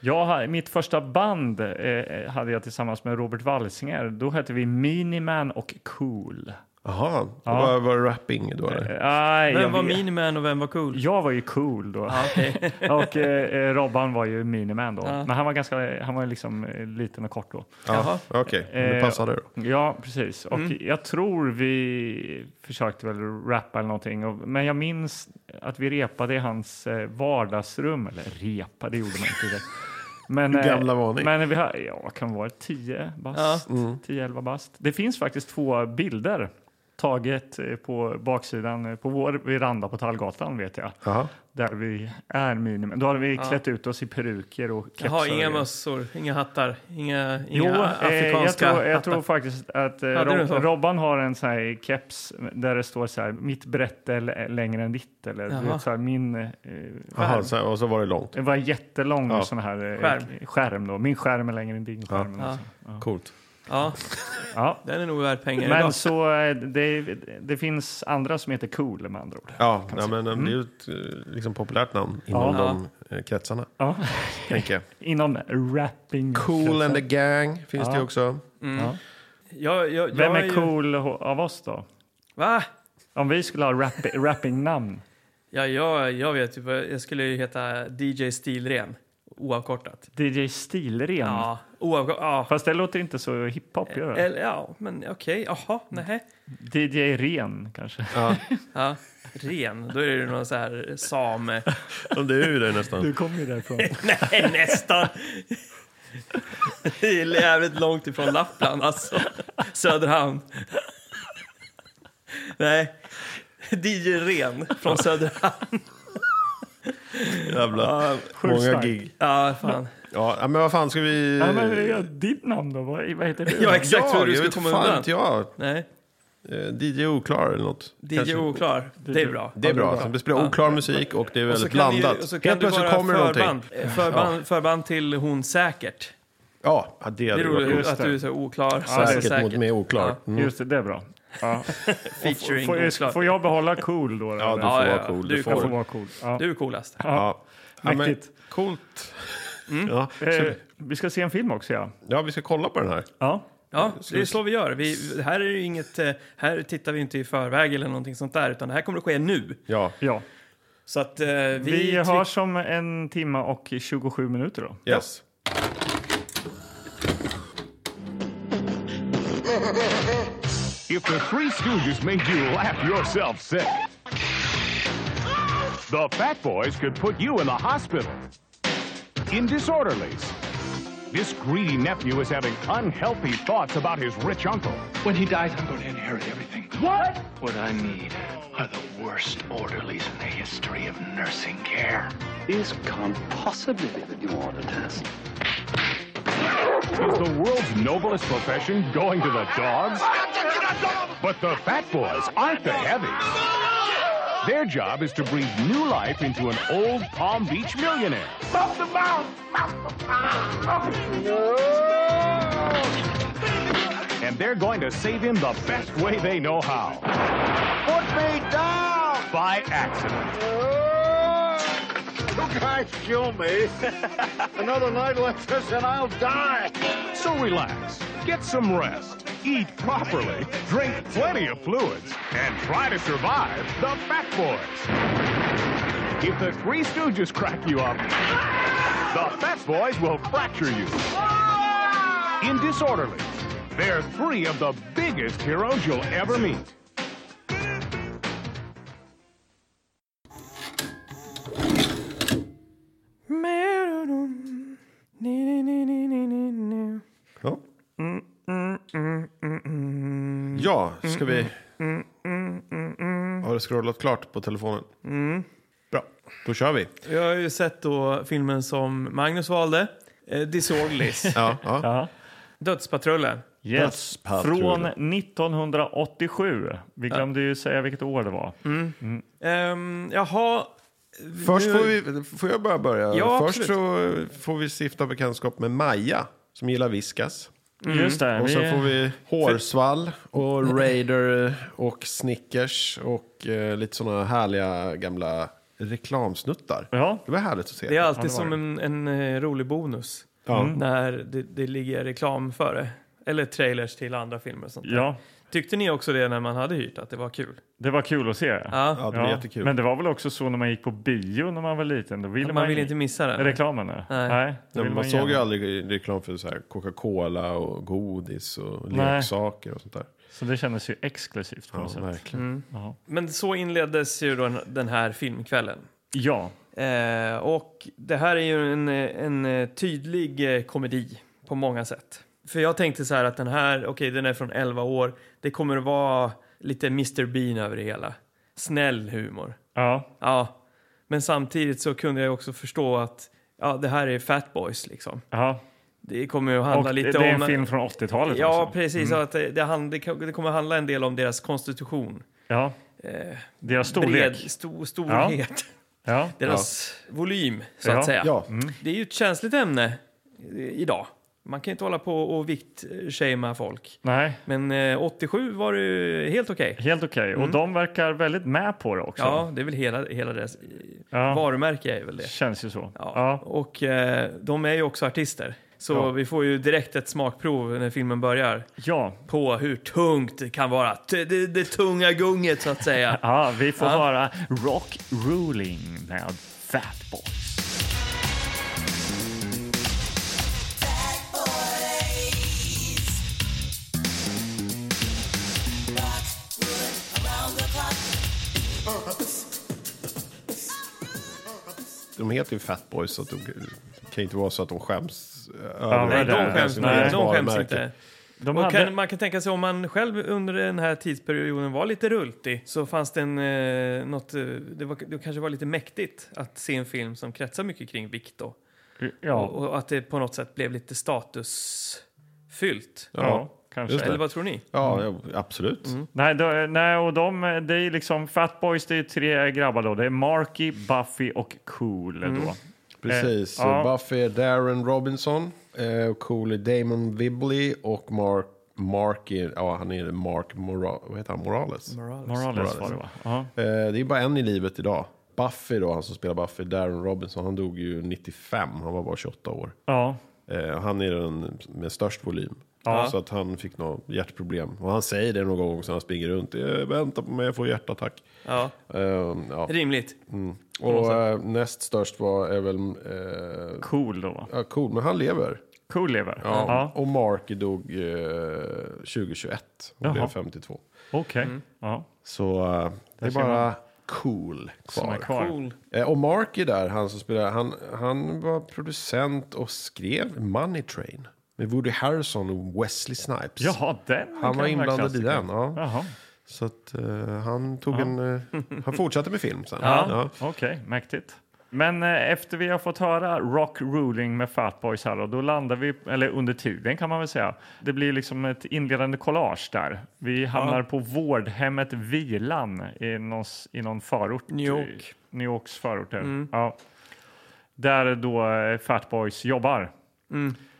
Speaker 3: Jag, ha- mitt första band eh, hade jag tillsammans med Robert Walsinger. Då hette vi Miniman och Cool.
Speaker 1: Jaha, det var, var det rapping då
Speaker 3: Eh,
Speaker 1: eller?
Speaker 3: Aj, jag,
Speaker 2: Vem var
Speaker 3: vet-
Speaker 2: Miniman och vem var Cool?
Speaker 3: jag var ju cool då.
Speaker 2: Ja, okej.
Speaker 3: och eh, eh, Robban var ju Miniman då.
Speaker 2: Ja.
Speaker 3: Men han var ganska, han var liksom eh, liten och kort då.
Speaker 1: Ja, Okej, det
Speaker 3: Eh,
Speaker 1: passade då.
Speaker 3: Ja, precis. Och jag tror vi försökte väl rappa eller någonting. Och, men jag minns att vi repade i hans eh, vardagsrum. Eller repa, det gjorde man inte. direkt. Men, eh,
Speaker 1: Gamla var ni? Mm.
Speaker 3: Men vi har, ja, kan vara 10 bast, 10-11 bast. Det finns faktiskt två bilder taget eh, på baksidan eh, på vår veranda på Tallgatan vet jag.
Speaker 1: Jaha.
Speaker 3: Där vi är minimum. Då har vi klätt ut oss i peruker och kepsar.
Speaker 2: Jaha,
Speaker 3: och
Speaker 2: inga
Speaker 3: grejer.
Speaker 2: mössor, inga hattar, inga,
Speaker 3: Jo,
Speaker 2: inga
Speaker 3: eh, jag
Speaker 2: afrikanska
Speaker 3: tror, jag
Speaker 2: hattar.
Speaker 3: tror faktiskt att eh,
Speaker 2: Hade du en
Speaker 3: Rob,
Speaker 2: sån?
Speaker 3: Robban har en sån här keps där det står så här, mitt brätte är längre än ditt. Eller, du
Speaker 2: Jaha.
Speaker 3: vet, så här, min, eh,
Speaker 1: Jaha, så, och så var det långt.
Speaker 3: det var en jättelång
Speaker 1: Ja.
Speaker 3: sån här eh,
Speaker 2: Skärm.
Speaker 3: skärm. då. Min skärm är längre än din skärm.
Speaker 2: Ja.
Speaker 3: Ja.
Speaker 1: Coolt.
Speaker 2: Ja,
Speaker 3: Ja.
Speaker 2: den är nog värd pengar
Speaker 3: Men
Speaker 2: idag.
Speaker 3: så eh, det, det finns andra som heter cool med andra ord.
Speaker 1: Ja, nej, men eh, det
Speaker 3: Mm.
Speaker 1: är ju ett eh, liksom, populärt namn inom
Speaker 2: Ja.
Speaker 1: de eh, kretsarna.
Speaker 3: Ja.
Speaker 1: Tänker jag.
Speaker 3: Inom rapping.
Speaker 1: Cool and the gang finns det ju också.
Speaker 2: Jag, Mm. jag, jag
Speaker 3: Vem
Speaker 2: ju-
Speaker 3: är cool ho- av oss då?
Speaker 2: Va?
Speaker 3: Om vi skulle ha rap, rapping-namn.
Speaker 2: Ja, jag, jag vet ju. vad- Jag skulle ju heta DJ Stilren. Oavkortat.
Speaker 3: DJ Stilren.
Speaker 2: Ja, oavkortat. Ja.
Speaker 3: Fast det låter inte så hiphop. Gör det?
Speaker 2: Eller, ja, men okej. Jaha, nej.
Speaker 3: DJ Ren kanske.
Speaker 1: Ja.
Speaker 2: Ja. Ren, då är det ju någon så här same.
Speaker 1: Och Det är ju det nästan.
Speaker 3: kommer ju därifrån.
Speaker 2: Nej, nästan. Det är jävligt långt ifrån Lappland, alltså. Söderhamn. Nej. DJ Ren från Söderhamn.
Speaker 1: Jävla
Speaker 3: sjukt
Speaker 1: många
Speaker 3: starkt.
Speaker 1: gig.
Speaker 2: Ja, fan.
Speaker 1: Ja, men vad fan ska vi...
Speaker 3: Ja, men det är ditt namn då? Vad, vad heter du?
Speaker 2: Ja, exakt hur du
Speaker 1: jag
Speaker 2: skulle
Speaker 1: vet
Speaker 2: komma
Speaker 1: fan
Speaker 2: undan.
Speaker 1: inte jag.
Speaker 2: Nej,
Speaker 1: Eh, DJ Oklar eller något.
Speaker 2: DJ
Speaker 1: Kanske.
Speaker 2: Oklar. Det är bra.
Speaker 1: Det är bra. Sen spelar jag oklar musik och det är
Speaker 2: Och så
Speaker 1: väldigt
Speaker 2: kan
Speaker 1: blandat.
Speaker 2: ni- och så kan
Speaker 1: Helt
Speaker 2: du
Speaker 1: plötsligt
Speaker 2: vara
Speaker 1: kommer det
Speaker 2: förband,
Speaker 1: någonting.
Speaker 2: Eh, Förband, förband till hon säkert.
Speaker 1: Ja, ja, det
Speaker 2: Det är
Speaker 1: hade varit
Speaker 2: roligt
Speaker 1: coolt.
Speaker 2: att du är så oklar. Alltså,
Speaker 3: Ja,
Speaker 2: så
Speaker 1: Säkert, mot mig oklar.
Speaker 2: Ja,
Speaker 1: Ja,
Speaker 3: Mm. Just det, det är bra. Ja.
Speaker 2: featuring
Speaker 3: Får,
Speaker 2: oklar.
Speaker 3: jag, får jag behålla cool då? eller?
Speaker 1: ja du får
Speaker 2: Ja, ja,
Speaker 1: vara
Speaker 2: ja.
Speaker 1: cool.
Speaker 2: Du
Speaker 1: Du
Speaker 2: kan
Speaker 1: får.
Speaker 3: jag får vara cool. Ja.
Speaker 2: Du är coolast.
Speaker 1: Ja. Ja, men,
Speaker 3: Mäktigt.
Speaker 1: coolt.
Speaker 2: Mm.
Speaker 1: Ja,
Speaker 3: Eh,
Speaker 1: så,
Speaker 3: vi ska se en film också, ja.
Speaker 1: ja, vi ska kolla på den här.
Speaker 3: ja.
Speaker 2: Ja, det är så vi gör. Vi, här, är det ju inget, eh, här tittar vi inte i förväg eller någonting sånt där, utan det här kommer att ske nu.
Speaker 1: Ja,
Speaker 3: ja.
Speaker 2: Så att eh, vi...
Speaker 3: Vi,
Speaker 2: tryck-
Speaker 3: hörs om en timme och 27 minuter då.
Speaker 1: yes.
Speaker 4: If the Three Stooges made you laugh yourself sick, the Fat Boys could put you in the hospital. In disorderlies. This greedy nephew is having unhealthy thoughts about his rich uncle.
Speaker 5: When he dies, I'm going to inherit everything. What? What I need are the worst orderlies in the history of nursing care.
Speaker 6: This can't possibly be the new order test.
Speaker 4: Is the world's noblest profession going to the dogs? But the Fat Boys aren't the heavies. Their job is to breathe new life into an old Palm Beach millionaire. And they're going to save him the best way they know how. Put me down! By accident.
Speaker 7: You guys kill me. Another night like this and I'll die.
Speaker 4: So relax, get some rest, eat properly, drink plenty of fluids, and try to survive the Fat Boys. If the Three Stooges crack you up, the Fat Boys will fracture you. In Disorderly, they're three of the biggest heroes you'll ever meet.
Speaker 1: Ja. Ja, ska vi... Har du scrollat klart på telefonen? Bra, då kör vi.
Speaker 2: Jag har ju sett då filmen som Magnus valde. Eh, Disorderlies.
Speaker 1: Ja, ja.
Speaker 3: Ja.
Speaker 2: Dödspatrullen.
Speaker 3: Yes.
Speaker 1: Dödspatrullen.
Speaker 3: Från 1987. Vi glömde ju säga vilket år det var.
Speaker 2: Um, jaha.
Speaker 1: Först
Speaker 2: Nu-
Speaker 1: får, vi, får jag bara börja?
Speaker 2: Ja,
Speaker 1: Först så får vi stifta bekantskap med Maja som gillar Viskas.
Speaker 3: Mm. Just det.
Speaker 1: Och
Speaker 3: vi,
Speaker 1: sen får vi Hårsvall och Raider och Snickers och eh, lite sådana härliga gamla reklamsnuttar.
Speaker 3: Ja.
Speaker 1: Det var härligt att se.
Speaker 2: Det är alltid som en, en eh, rolig bonus. Mm.
Speaker 3: Mm.
Speaker 2: När det, det ligger reklam före. Eller trailers till andra filmer och sånt där.
Speaker 3: Ja,
Speaker 2: Tyckte ni också det när man hade hyrt, att det var kul?
Speaker 3: det var kul att se.
Speaker 2: Ja.
Speaker 1: Ja, det var jättekul.
Speaker 3: Men det var väl också så när man gick på bio när man var liten. Då ville
Speaker 2: man vill inte missa den.
Speaker 3: reklamen. Nej.
Speaker 2: Nej.
Speaker 3: Nej, då
Speaker 1: Ja,
Speaker 3: vill
Speaker 1: men man såg ju
Speaker 3: gärna.
Speaker 1: aldrig reklam för så här Coca-Cola och godis och
Speaker 3: Nej.
Speaker 1: leksaker och sånt där.
Speaker 3: Så det kändes ju exklusivt på
Speaker 1: Ja,
Speaker 3: något sätt.
Speaker 1: verkligen.
Speaker 2: Men så inleddes ju då den- den här filmkvällen.
Speaker 3: Ja,
Speaker 2: Eh, och det här är ju en, eh, en eh, tydlig eh, komedi på många sätt. För jag tänkte så här att den här, okej den är från 11 år, det kommer att vara lite Mr Bean över det hela. Snäll humor.
Speaker 3: ja,
Speaker 2: Ja. Men samtidigt så kunde jag också förstå att ja, det här är Fat Boys liksom.
Speaker 3: ja.
Speaker 2: Det kommer att
Speaker 3: Och
Speaker 2: handla
Speaker 3: det,
Speaker 2: lite
Speaker 3: det är
Speaker 2: om...
Speaker 3: en film från alltså. 80-talet
Speaker 2: Ja,
Speaker 3: också. Mm.
Speaker 2: precis. Att det, det, hand, det kan- det kommer att handla en del om deras konstitution.
Speaker 3: Ja. Deras storlek.
Speaker 2: eh, Bred, stor, storhet.
Speaker 3: Ja.
Speaker 2: Deras volym, så
Speaker 3: Ja.
Speaker 2: att säga.
Speaker 1: Ja,
Speaker 2: Det är ju ett känsligt ämne eh, idag. Man kan inte hålla på och viktshamea folk.
Speaker 3: Nej,
Speaker 2: Men eh, 87 var det ju helt okej.
Speaker 3: helt okej. Och de verkar väldigt med på det också.
Speaker 2: Mm. Ja, det är väl hela, hela deras eh,
Speaker 3: Ja.
Speaker 2: varumärke är väl det.
Speaker 3: Känns ju så.
Speaker 2: Ja.
Speaker 3: Ja.
Speaker 2: Och eh, de är ju också artister. Så
Speaker 3: Ja.
Speaker 2: vi får ju direkt ett smakprov när filmen börjar
Speaker 3: ja.
Speaker 2: på hur tungt det kan vara. T- Det, det tunga gunget så att säga.
Speaker 3: Ja, vi får
Speaker 2: Ja.
Speaker 3: höra Rock Ruling med Fat Boys.
Speaker 1: de heter ju Fat Boys så att de det kan inte vara så att de skäms. eh,
Speaker 3: men
Speaker 1: över
Speaker 2: Nej,
Speaker 3: det
Speaker 2: de
Speaker 3: är-
Speaker 2: skäms,
Speaker 1: sina
Speaker 2: nej, de skäms
Speaker 1: varumärken.
Speaker 2: inte.
Speaker 3: De
Speaker 2: Och
Speaker 3: hade,
Speaker 2: kan, man kan tänka sig om man själv under den här tidsperioden var lite rultig så fanns det en, eh, något, eh, det, var, det kanske var lite mäktigt att se en film som kretsar mycket kring vikt då.
Speaker 3: ja,
Speaker 2: Och, och att det på något sätt blev lite statusfyllt.
Speaker 3: ja, kanske.
Speaker 1: just det.
Speaker 2: Eller vad tror ni?
Speaker 1: Ja, ja, absolut.
Speaker 3: Nej, då, nej, och de, det är liksom Fat Boys, det är tre grabbar då. Det är Marky, Buffy och Cool
Speaker 2: Mm.
Speaker 3: då.
Speaker 1: Precis.
Speaker 3: Eh, ja.
Speaker 1: Buffy är Darren Robinson, eh, Cooley Damon Vibley och Mark, Mark är, ja, han är Mark Mora, vad heter han? Morales.
Speaker 3: Morales var det va? Ja.
Speaker 1: Eh, det är bara en i livet idag. Buffy då, han som spelar Buffy, Darren Robinson, han dog ju 95, han var bara 28 år.
Speaker 3: ja.
Speaker 1: Eh, han är den med störst volym. Så att han fick något hjärtproblem. Och han säger det någon gång så han springer runt. Eh, vänta på mig, jag får hjärtattack.
Speaker 2: Ja,
Speaker 1: Eh, ja.
Speaker 2: rimligt.
Speaker 1: Och eh, näst störst var är väl... Eh,
Speaker 3: Cool då va?
Speaker 1: ja, cool, men han lever.
Speaker 3: Cool lever?
Speaker 1: Ja.
Speaker 3: ja.
Speaker 1: Och Marky dog eh, 2021. Hon blev
Speaker 3: Jaha.
Speaker 1: 52.
Speaker 3: Okej.
Speaker 1: Mm.
Speaker 3: Ja.
Speaker 1: Så eh, det är
Speaker 3: ser
Speaker 1: bara cool
Speaker 3: Som
Speaker 1: kvar.
Speaker 3: är kvar.
Speaker 2: Cool.
Speaker 1: Eh, och Marky där, han som spelar, han, han var producent och skrev Money Train. Med Woody Harrison och Wesley Snipes.
Speaker 3: Jaha, den
Speaker 1: Han var
Speaker 3: kan vara
Speaker 1: inblandad i
Speaker 3: klassiker.
Speaker 1: den, ja.
Speaker 3: Jaha,
Speaker 1: Så att eh, han tog en... eh, han fortsatte med film sen.
Speaker 3: ja.
Speaker 1: Ja.
Speaker 3: okej, mäktigt. Men eh, efter vi har fått höra Rock Ruling med Fatboys här då, då landar vi, eller under tiden kan man väl säga, det blir liksom ett inledande collage där. Vi hamnar på vårdhemmet Vilan i någon, i någon förort.
Speaker 2: New York.
Speaker 3: i- New Yorks förorter.
Speaker 1: Mm.
Speaker 3: Ja. Där då eh, Fatboys jobbar.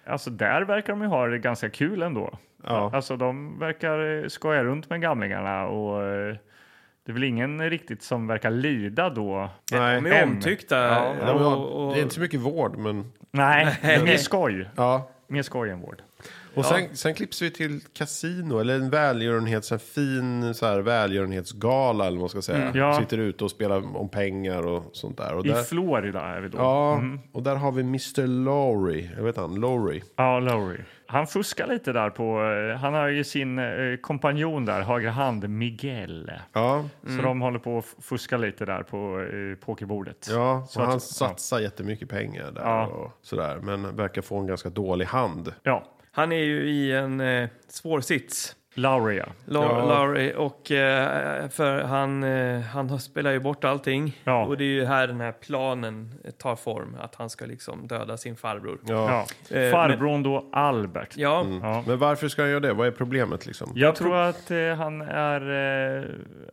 Speaker 3: Alltså där verkar de ju ha det ganska kul ändå.
Speaker 1: Ja.
Speaker 3: Alltså de verkar eh, skoja runt med gamlingarna och eh, Det är väl ingen riktigt som verkar lida då?
Speaker 1: Nej.
Speaker 2: De är
Speaker 3: hem.
Speaker 2: omtyckta.
Speaker 1: Ja, men
Speaker 2: och, och,
Speaker 1: Det är inte så mycket vård, men...
Speaker 3: Nej, det är mer skoj.
Speaker 1: Ja.
Speaker 3: Mer skoj än vård.
Speaker 1: Och sen, sen klipps vi till kasino, eller en välgörenhets, en fin så här, välgörenhetsgala eller vad man ska säga.
Speaker 3: Mm. ja.
Speaker 1: Sitter ute och spelar om pengar och sånt där. Och
Speaker 3: I Mm.
Speaker 1: där
Speaker 3: Florida är vi då.
Speaker 1: ja, och där har vi Mr. Lowry. Jag vet han, Lowry.
Speaker 3: Ja, Lowry. Han fuskar lite där på... eh, Han har ju sin eh, kompanjon där, högra hand, Miguel.
Speaker 1: Ja,
Speaker 3: Så de håller på att fuska lite där på eh, pokerbordet.
Speaker 1: ja
Speaker 3: Så
Speaker 1: och han
Speaker 3: att-
Speaker 1: satsar jättemycket pengar där
Speaker 3: Ja.
Speaker 1: och sådär. Men verkar få en ganska dålig hand.
Speaker 3: Ja,
Speaker 2: Han är ju i en eh, svår sits.
Speaker 3: Lowry ja.
Speaker 2: Lau-
Speaker 1: Ja.
Speaker 2: Lowry och eh, för han, eh, han har- spelar ju bort allting.
Speaker 3: Ja.
Speaker 2: Och det är ju här den här planen tar form, att han ska liksom döda sin farbror.
Speaker 1: Ja.
Speaker 3: ja. Mm.
Speaker 2: Eh,
Speaker 3: Farbrorn då, Albert.
Speaker 2: Ja,
Speaker 3: Ja.
Speaker 1: Men varför ska han göra det? Vad är problemet liksom?
Speaker 3: Jag tror att eh, han är eh,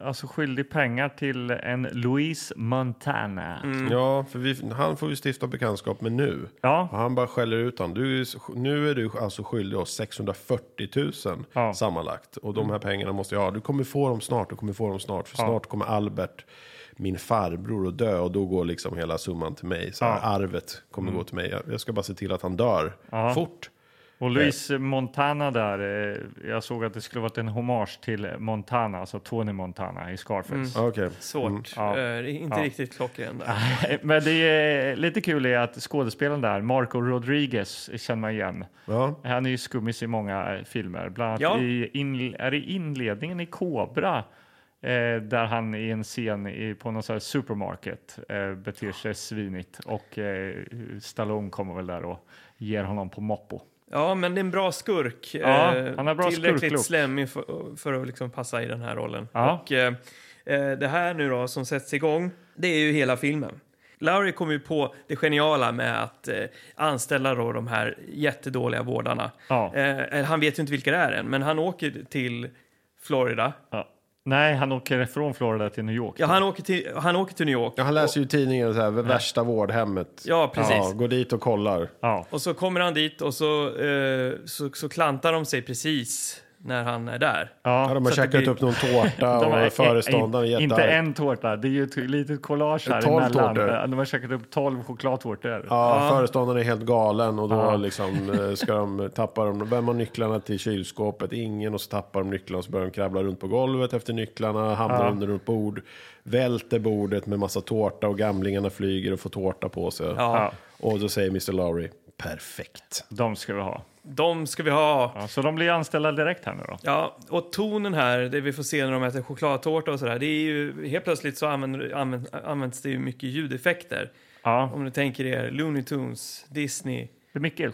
Speaker 3: alltså skyldig pengar till en Louise Montana.
Speaker 1: Ja, för vi, han får vi stifta bekantskap med nu. Och
Speaker 3: Mm. Ja,
Speaker 1: han bara skäller ut honom. Du, är ju- nu är du alltså skyldig oss 640 000
Speaker 3: Ja. Mm.
Speaker 1: sammanlagt. Och de här pengarna måste jag ha. Du kommer få dem snart, du kommer få dem snart. För snart kommer Albert, min farbror, att dö. Och då går liksom hela summan till mig. Så här, Arvet kommer
Speaker 3: Mm.
Speaker 1: gå till mig. Jag, jag ska bara se till att han dör fort.
Speaker 3: och Louise Montana där. Eh, jag såg att det skulle varit en hommage till Montana, alltså Tony Montana i Scarface.
Speaker 1: Ja, Okej.
Speaker 2: svårt.
Speaker 3: Mm. Ja.
Speaker 2: Eh, inte
Speaker 3: Ja.
Speaker 2: riktigt klockren där.
Speaker 3: Men det är lite kul är att skådespelaren där, Marco Rodriguez, känner man igen.
Speaker 1: Ja.
Speaker 3: Han är ju skummis i många eh, filmer, bland annat
Speaker 2: Ja.
Speaker 3: i in, är det inledningen i Cobra eh, där han i en scen i, på någon sån här supermarket eh, beter sig svinigt och eh, Stallone kommer väl där och ger honom på moppo.
Speaker 2: Ja, men det är en bra skurk.
Speaker 3: Ja,
Speaker 2: Eh,
Speaker 3: han har bra
Speaker 2: Tillräckligt
Speaker 3: skurklook.
Speaker 2: slemmig för, för att liksom passa i den här rollen.
Speaker 3: Ja.
Speaker 2: Och, eh, eh, det här nu då som sätts igång, det är ju hela filmen. Lowry kom ju på det geniala med att eh, anställa då de här jättedåliga vårdarna.
Speaker 3: Ja.
Speaker 2: Eh, eller han vet ju inte vilka det är än, men han åker till Florida.
Speaker 3: Ja. Nej, han åker från Florida till New York.
Speaker 2: Ja, han åker till, han åker till New York.
Speaker 1: Ja, han läser ju tidningen, så här, värsta vårdhemmet.
Speaker 2: Ja, precis.
Speaker 1: går dit och kollar.
Speaker 3: Ja.
Speaker 2: Och så kommer han dit och så, eh, så, så klantar de sig precis när han är där.
Speaker 1: Ja, de har
Speaker 2: Så
Speaker 1: käkat
Speaker 2: att det blir-
Speaker 1: upp någon tårta
Speaker 3: De
Speaker 1: och
Speaker 3: är-
Speaker 1: är, föreståndaren är
Speaker 3: eh, Inte
Speaker 1: jättearg.
Speaker 3: en tårta, det är ju ett litet collage här
Speaker 1: Tolv
Speaker 3: emellan.
Speaker 1: tårtor.
Speaker 3: De har käkat upp tolv chokladtårtor.
Speaker 1: Ja, föreståndaren är helt galen och då liksom eh, ska de tappa dem. Vem har nycklarna till kylskåpet? Ingen. Och så tappar de nycklarna och så börjar de krabbla runt på golvet efter nycklarna. Hamnar under ett bord. Välter bordet med massa tårta och gamlingarna flyger och får tårta på sig.
Speaker 2: Ja.
Speaker 1: Och då säger Mr. Lowry, perfekt.
Speaker 3: De ska vi ha.
Speaker 2: De ska vi ha.
Speaker 3: Ja, så de blir anställda direkt här nu då?
Speaker 2: Ja, och tonen här, det vi får se när de äter chokladtårta och sådär, det är ju helt plötsligt så använder, använd, används det ju mycket ljudeffekter.
Speaker 3: Ja,
Speaker 2: Om du tänker er Looney Tunes, Disney.
Speaker 3: det är mycket...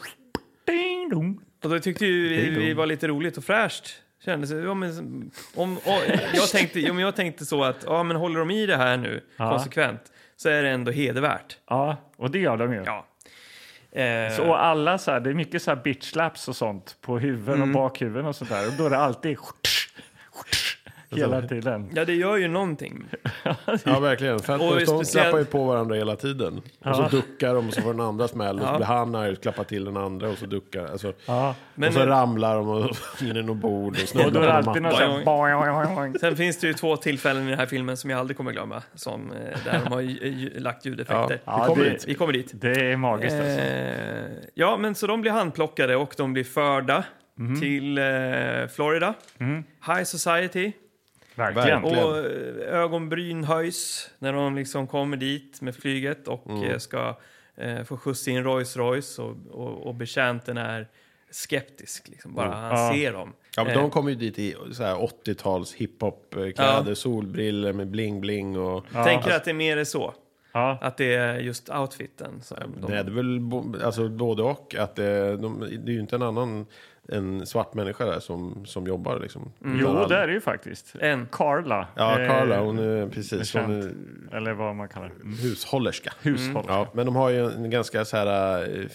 Speaker 3: Ding dong.
Speaker 2: Och då tyckte ju vi, vi var lite roligt och fräscht. Kändes, ja, men, om, och, jag, tänkte, ja, men jag tänkte så att, ja men håller de i det här nu konsekvent så är det ändå hedervärt.
Speaker 3: Ja, och det gör de ju.
Speaker 2: Ja. Eh,
Speaker 3: Så och alla så här, det är mycket så här bitch slaps och sånt på huvuden och bakhuvuden och sånt där. Och då är det alltid hela tiden.
Speaker 2: Ja, det gör ju någonting.
Speaker 1: Ja, verkligen. För att
Speaker 2: Och
Speaker 1: de
Speaker 2: speciellt-
Speaker 1: klappar ju på varandra hela tiden. Och så duckar de och så får den andra smäll. Och så blir han arg och klappar till den andra och så duckar. Alltså,
Speaker 2: Men-
Speaker 1: och så ramlar de och in i något bord och
Speaker 3: Och då är
Speaker 1: snubblar
Speaker 3: det
Speaker 1: på en
Speaker 3: alltid
Speaker 1: matta.
Speaker 3: något så här... boing, boing, boing.
Speaker 2: Sen finns det ju två tillfällen i den här filmen som jag aldrig kommer glömma, som, eh, där de har ju, ju, lagt ljudeffekter.
Speaker 1: Ja, vi kommer
Speaker 3: det-
Speaker 1: dit.
Speaker 2: Vi kommer dit.
Speaker 3: Det är magiskt alltså.
Speaker 2: Eh, ja, men så de blir handplockade och de blir förda
Speaker 3: Mhm.
Speaker 2: till eh, Florida. High Society.
Speaker 3: Verkligen.
Speaker 1: verkligen.
Speaker 2: Och eh, ögonbryn höjs när de liksom kommer dit med flyget och
Speaker 3: Mm.
Speaker 2: eh, ska eh, få skjuts in Rolls Royce och, och, och betjänten är skeptisk. Liksom. Bara han
Speaker 3: Mm. Ja.
Speaker 2: ser dem.
Speaker 1: Ja, men
Speaker 2: Eh,
Speaker 1: de kom ju dit i så här 80-tals hiphop-kläder,
Speaker 2: Ja.
Speaker 1: solbriller med bling-bling och...
Speaker 2: Tänker att det är mer så.
Speaker 3: Ja.
Speaker 2: Att det är just outfiten. Som de,
Speaker 1: Nej, det är väl bo- alltså, både och. Att det, de, det är ju inte en annan en svart människa där som, som jobbar liksom.
Speaker 3: Mm. Jo,
Speaker 1: Utan all-
Speaker 3: det är det ju faktiskt.
Speaker 2: En.
Speaker 3: Carla.
Speaker 1: Ja,
Speaker 3: eh,
Speaker 1: Carla, hon är precis
Speaker 3: känt.
Speaker 1: hon är
Speaker 3: Eller vad man kallar det.
Speaker 1: hushållerska.
Speaker 3: Hushåll.
Speaker 1: Ja, men de har ju en ganska så här eh,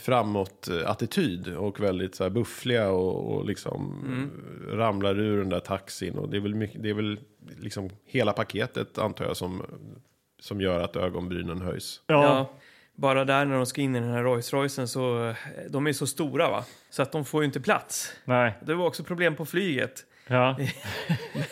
Speaker 1: framåt-attityd och väldigt så här buffliga och, och liksom eh,
Speaker 3: Mm.
Speaker 1: ramlar ur den där taxin. Och det är väl, mycket, det är väl liksom hela paketet antar jag som, som gör att ögonbrynen höjs.
Speaker 3: ja.
Speaker 2: Ja, bara där när de ska in i den här Rolls Roycen så eh, de är så stora va, så att de får ju inte plats.
Speaker 3: Nej.
Speaker 2: Det var också problem på flyget.
Speaker 3: Ja.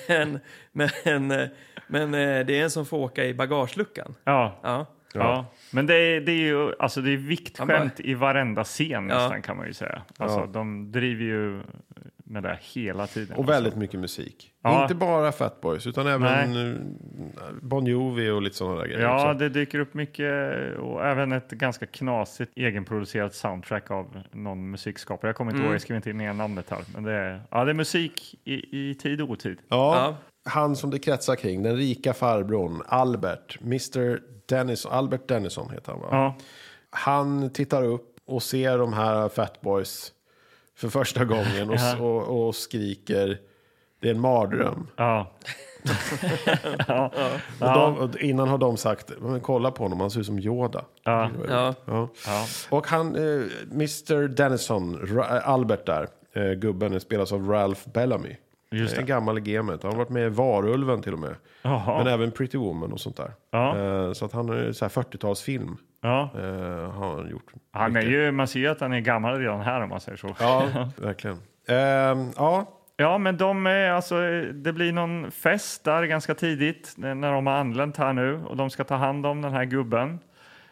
Speaker 2: Men, men, eh, men eh, det är en som får åka i bagageluckan.
Speaker 3: Ja.
Speaker 2: Ja.
Speaker 3: Ja. Men det är, det är ju alltså det är
Speaker 2: Han
Speaker 3: viktskämt i varenda scen nästan kan man ju säga. Alltså,
Speaker 1: Ja.
Speaker 3: De driver ju med det hela tiden.
Speaker 1: Och väldigt mycket musik.
Speaker 3: Alltså. Ja.
Speaker 1: Inte bara Fatboys, utan även eh, Bon Jovi och lite sådana där grejer
Speaker 3: Alltså, Ja,
Speaker 1: också.
Speaker 3: det dyker upp mycket och även ett ganska knasigt egenproducerat soundtrack av någon musikskapare. Jag kommer
Speaker 1: Mm.
Speaker 3: inte ihåg, jag skrev inte ner namnet här. Men det är, ja, det är musik i, i tid och otid.
Speaker 1: Ja. Han som det kretsar kring, den rika farbrorn, Albert, Mr. Dennis, Albert Dennison heter han va?
Speaker 3: Ja,
Speaker 1: Han tittar upp och ser de här Fatboys för första gången och, och, och skriker det är en mardröm.
Speaker 3: ja,
Speaker 1: Och de, och innan har de sagt, men kolla på honom, han ser ut som Yoda.
Speaker 3: ja,
Speaker 2: Ja.
Speaker 1: Ja. Och han, eh, Mr. Dennison, Ra- Albert där, eh, gubben, är spelas av Ralph Bellamy.
Speaker 3: Just
Speaker 1: En gammal gemet. Han har varit med i Varulven till och med.
Speaker 3: Jaha.
Speaker 1: Men även Pretty Woman och sånt där.
Speaker 3: Ja.
Speaker 1: Eh, så att han är så här 40-talsfilm.
Speaker 3: ja.
Speaker 1: Eh, har han gjort.
Speaker 3: Han är ju, man ser ju att han är gammal redan här om man säger så.
Speaker 1: Ja, verkligen. Ehm, ja,
Speaker 3: Ja, men de är, alltså, det blir någon fest där ganska tidigt när de har anlänt här nu och de ska ta hand om den här gubben.